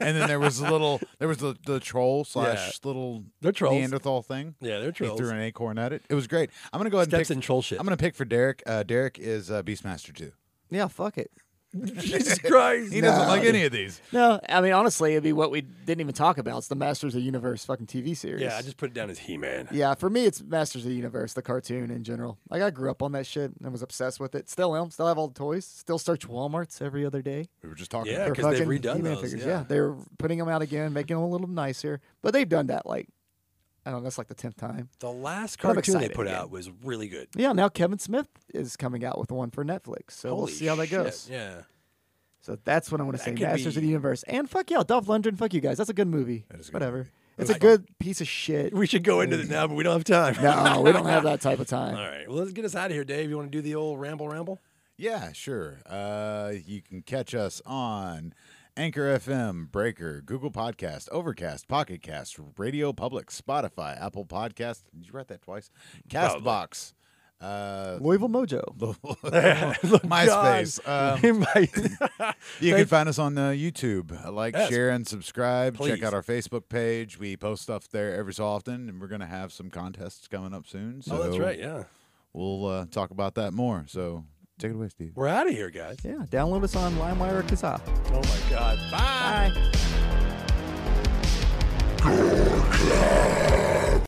Speaker 4: and then there was a little, there was the, the troll slash little
Speaker 2: They're trolls.
Speaker 4: Neanderthal thing.
Speaker 2: Yeah, they're
Speaker 4: He
Speaker 2: trolls.
Speaker 4: threw an acorn at it. It was great. I'm gonna go ahead
Speaker 2: Steps
Speaker 4: and
Speaker 2: in
Speaker 4: pick.
Speaker 2: troll shit.
Speaker 4: I'm gonna pick for Derek. Uh, Derek is uh, Beastmaster two.
Speaker 3: Yeah, fuck it.
Speaker 2: Jesus Christ.
Speaker 4: He doesn't like any of these.
Speaker 3: No, I mean honestly, it'd be what we didn't even talk about. It's the Masters of the Universe fucking TV series.
Speaker 2: Yeah, I just put it down as He Man.
Speaker 3: Yeah, for me, it's Masters of the Universe, the cartoon in general. Like I grew up on that shit and was obsessed with it. Still am. Still have all the toys. Still search WalMarts every other day.
Speaker 4: We were just talking.
Speaker 2: Yeah,
Speaker 4: about
Speaker 3: for
Speaker 4: it.
Speaker 2: 'cause they've
Speaker 3: fucking
Speaker 2: redone
Speaker 3: He-Man
Speaker 2: those,
Speaker 3: figures.
Speaker 2: yeah.
Speaker 3: they're putting them out again, making them a little nicer. But they've done that like I don't know. That's like the tenth time.
Speaker 2: The last
Speaker 3: I'm
Speaker 2: cartoon they
Speaker 3: excited
Speaker 2: put
Speaker 3: again.
Speaker 2: out was really good.
Speaker 3: Yeah. Now Kevin Smith is coming out with one for Netflix, so we'll
Speaker 2: Holy
Speaker 3: see how that
Speaker 2: shit,
Speaker 3: goes.
Speaker 2: Yeah.
Speaker 3: So that's what I want to say.
Speaker 2: could
Speaker 3: Masters of
Speaker 2: be-
Speaker 3: the Universe. And fuck yeah, Dolph Lundgren. Fuck you guys. That's a good movie.
Speaker 4: is a good
Speaker 3: Whatever.
Speaker 4: movie.
Speaker 3: It's a good piece of shit.
Speaker 2: We should go into it now, but we don't have time.
Speaker 3: No, we don't have that type of
Speaker 2: All
Speaker 3: time.
Speaker 2: right. Well, let's get us out of here, Dave. You want to do the old ramble ramble?
Speaker 4: Yeah, sure. Uh, you can catch us on Anchor FM, Breaker, Google Podcast, Overcast, Pocket Cast, Radio Public, Spotify, Apple Podcast. Did you write that twice? Castbox, uh,
Speaker 3: Louisville Mojo.
Speaker 4: MySpace. Um, you can
Speaker 2: Thank-
Speaker 4: find us on uh, YouTube. Like,
Speaker 2: Yes.
Speaker 4: share, and subscribe. Check
Speaker 2: Please.
Speaker 4: out our Facebook page. We post stuff there every so often, and we're going to have some contests coming up soon. So
Speaker 2: oh, that's right. Yeah.
Speaker 4: We'll uh, talk about that more. So take it away, Steve.
Speaker 2: We're out of here, guys.
Speaker 3: Yeah, download us on LimeWire or Kazaa.
Speaker 2: Oh, my God.
Speaker 3: Bye.
Speaker 7: Cloud.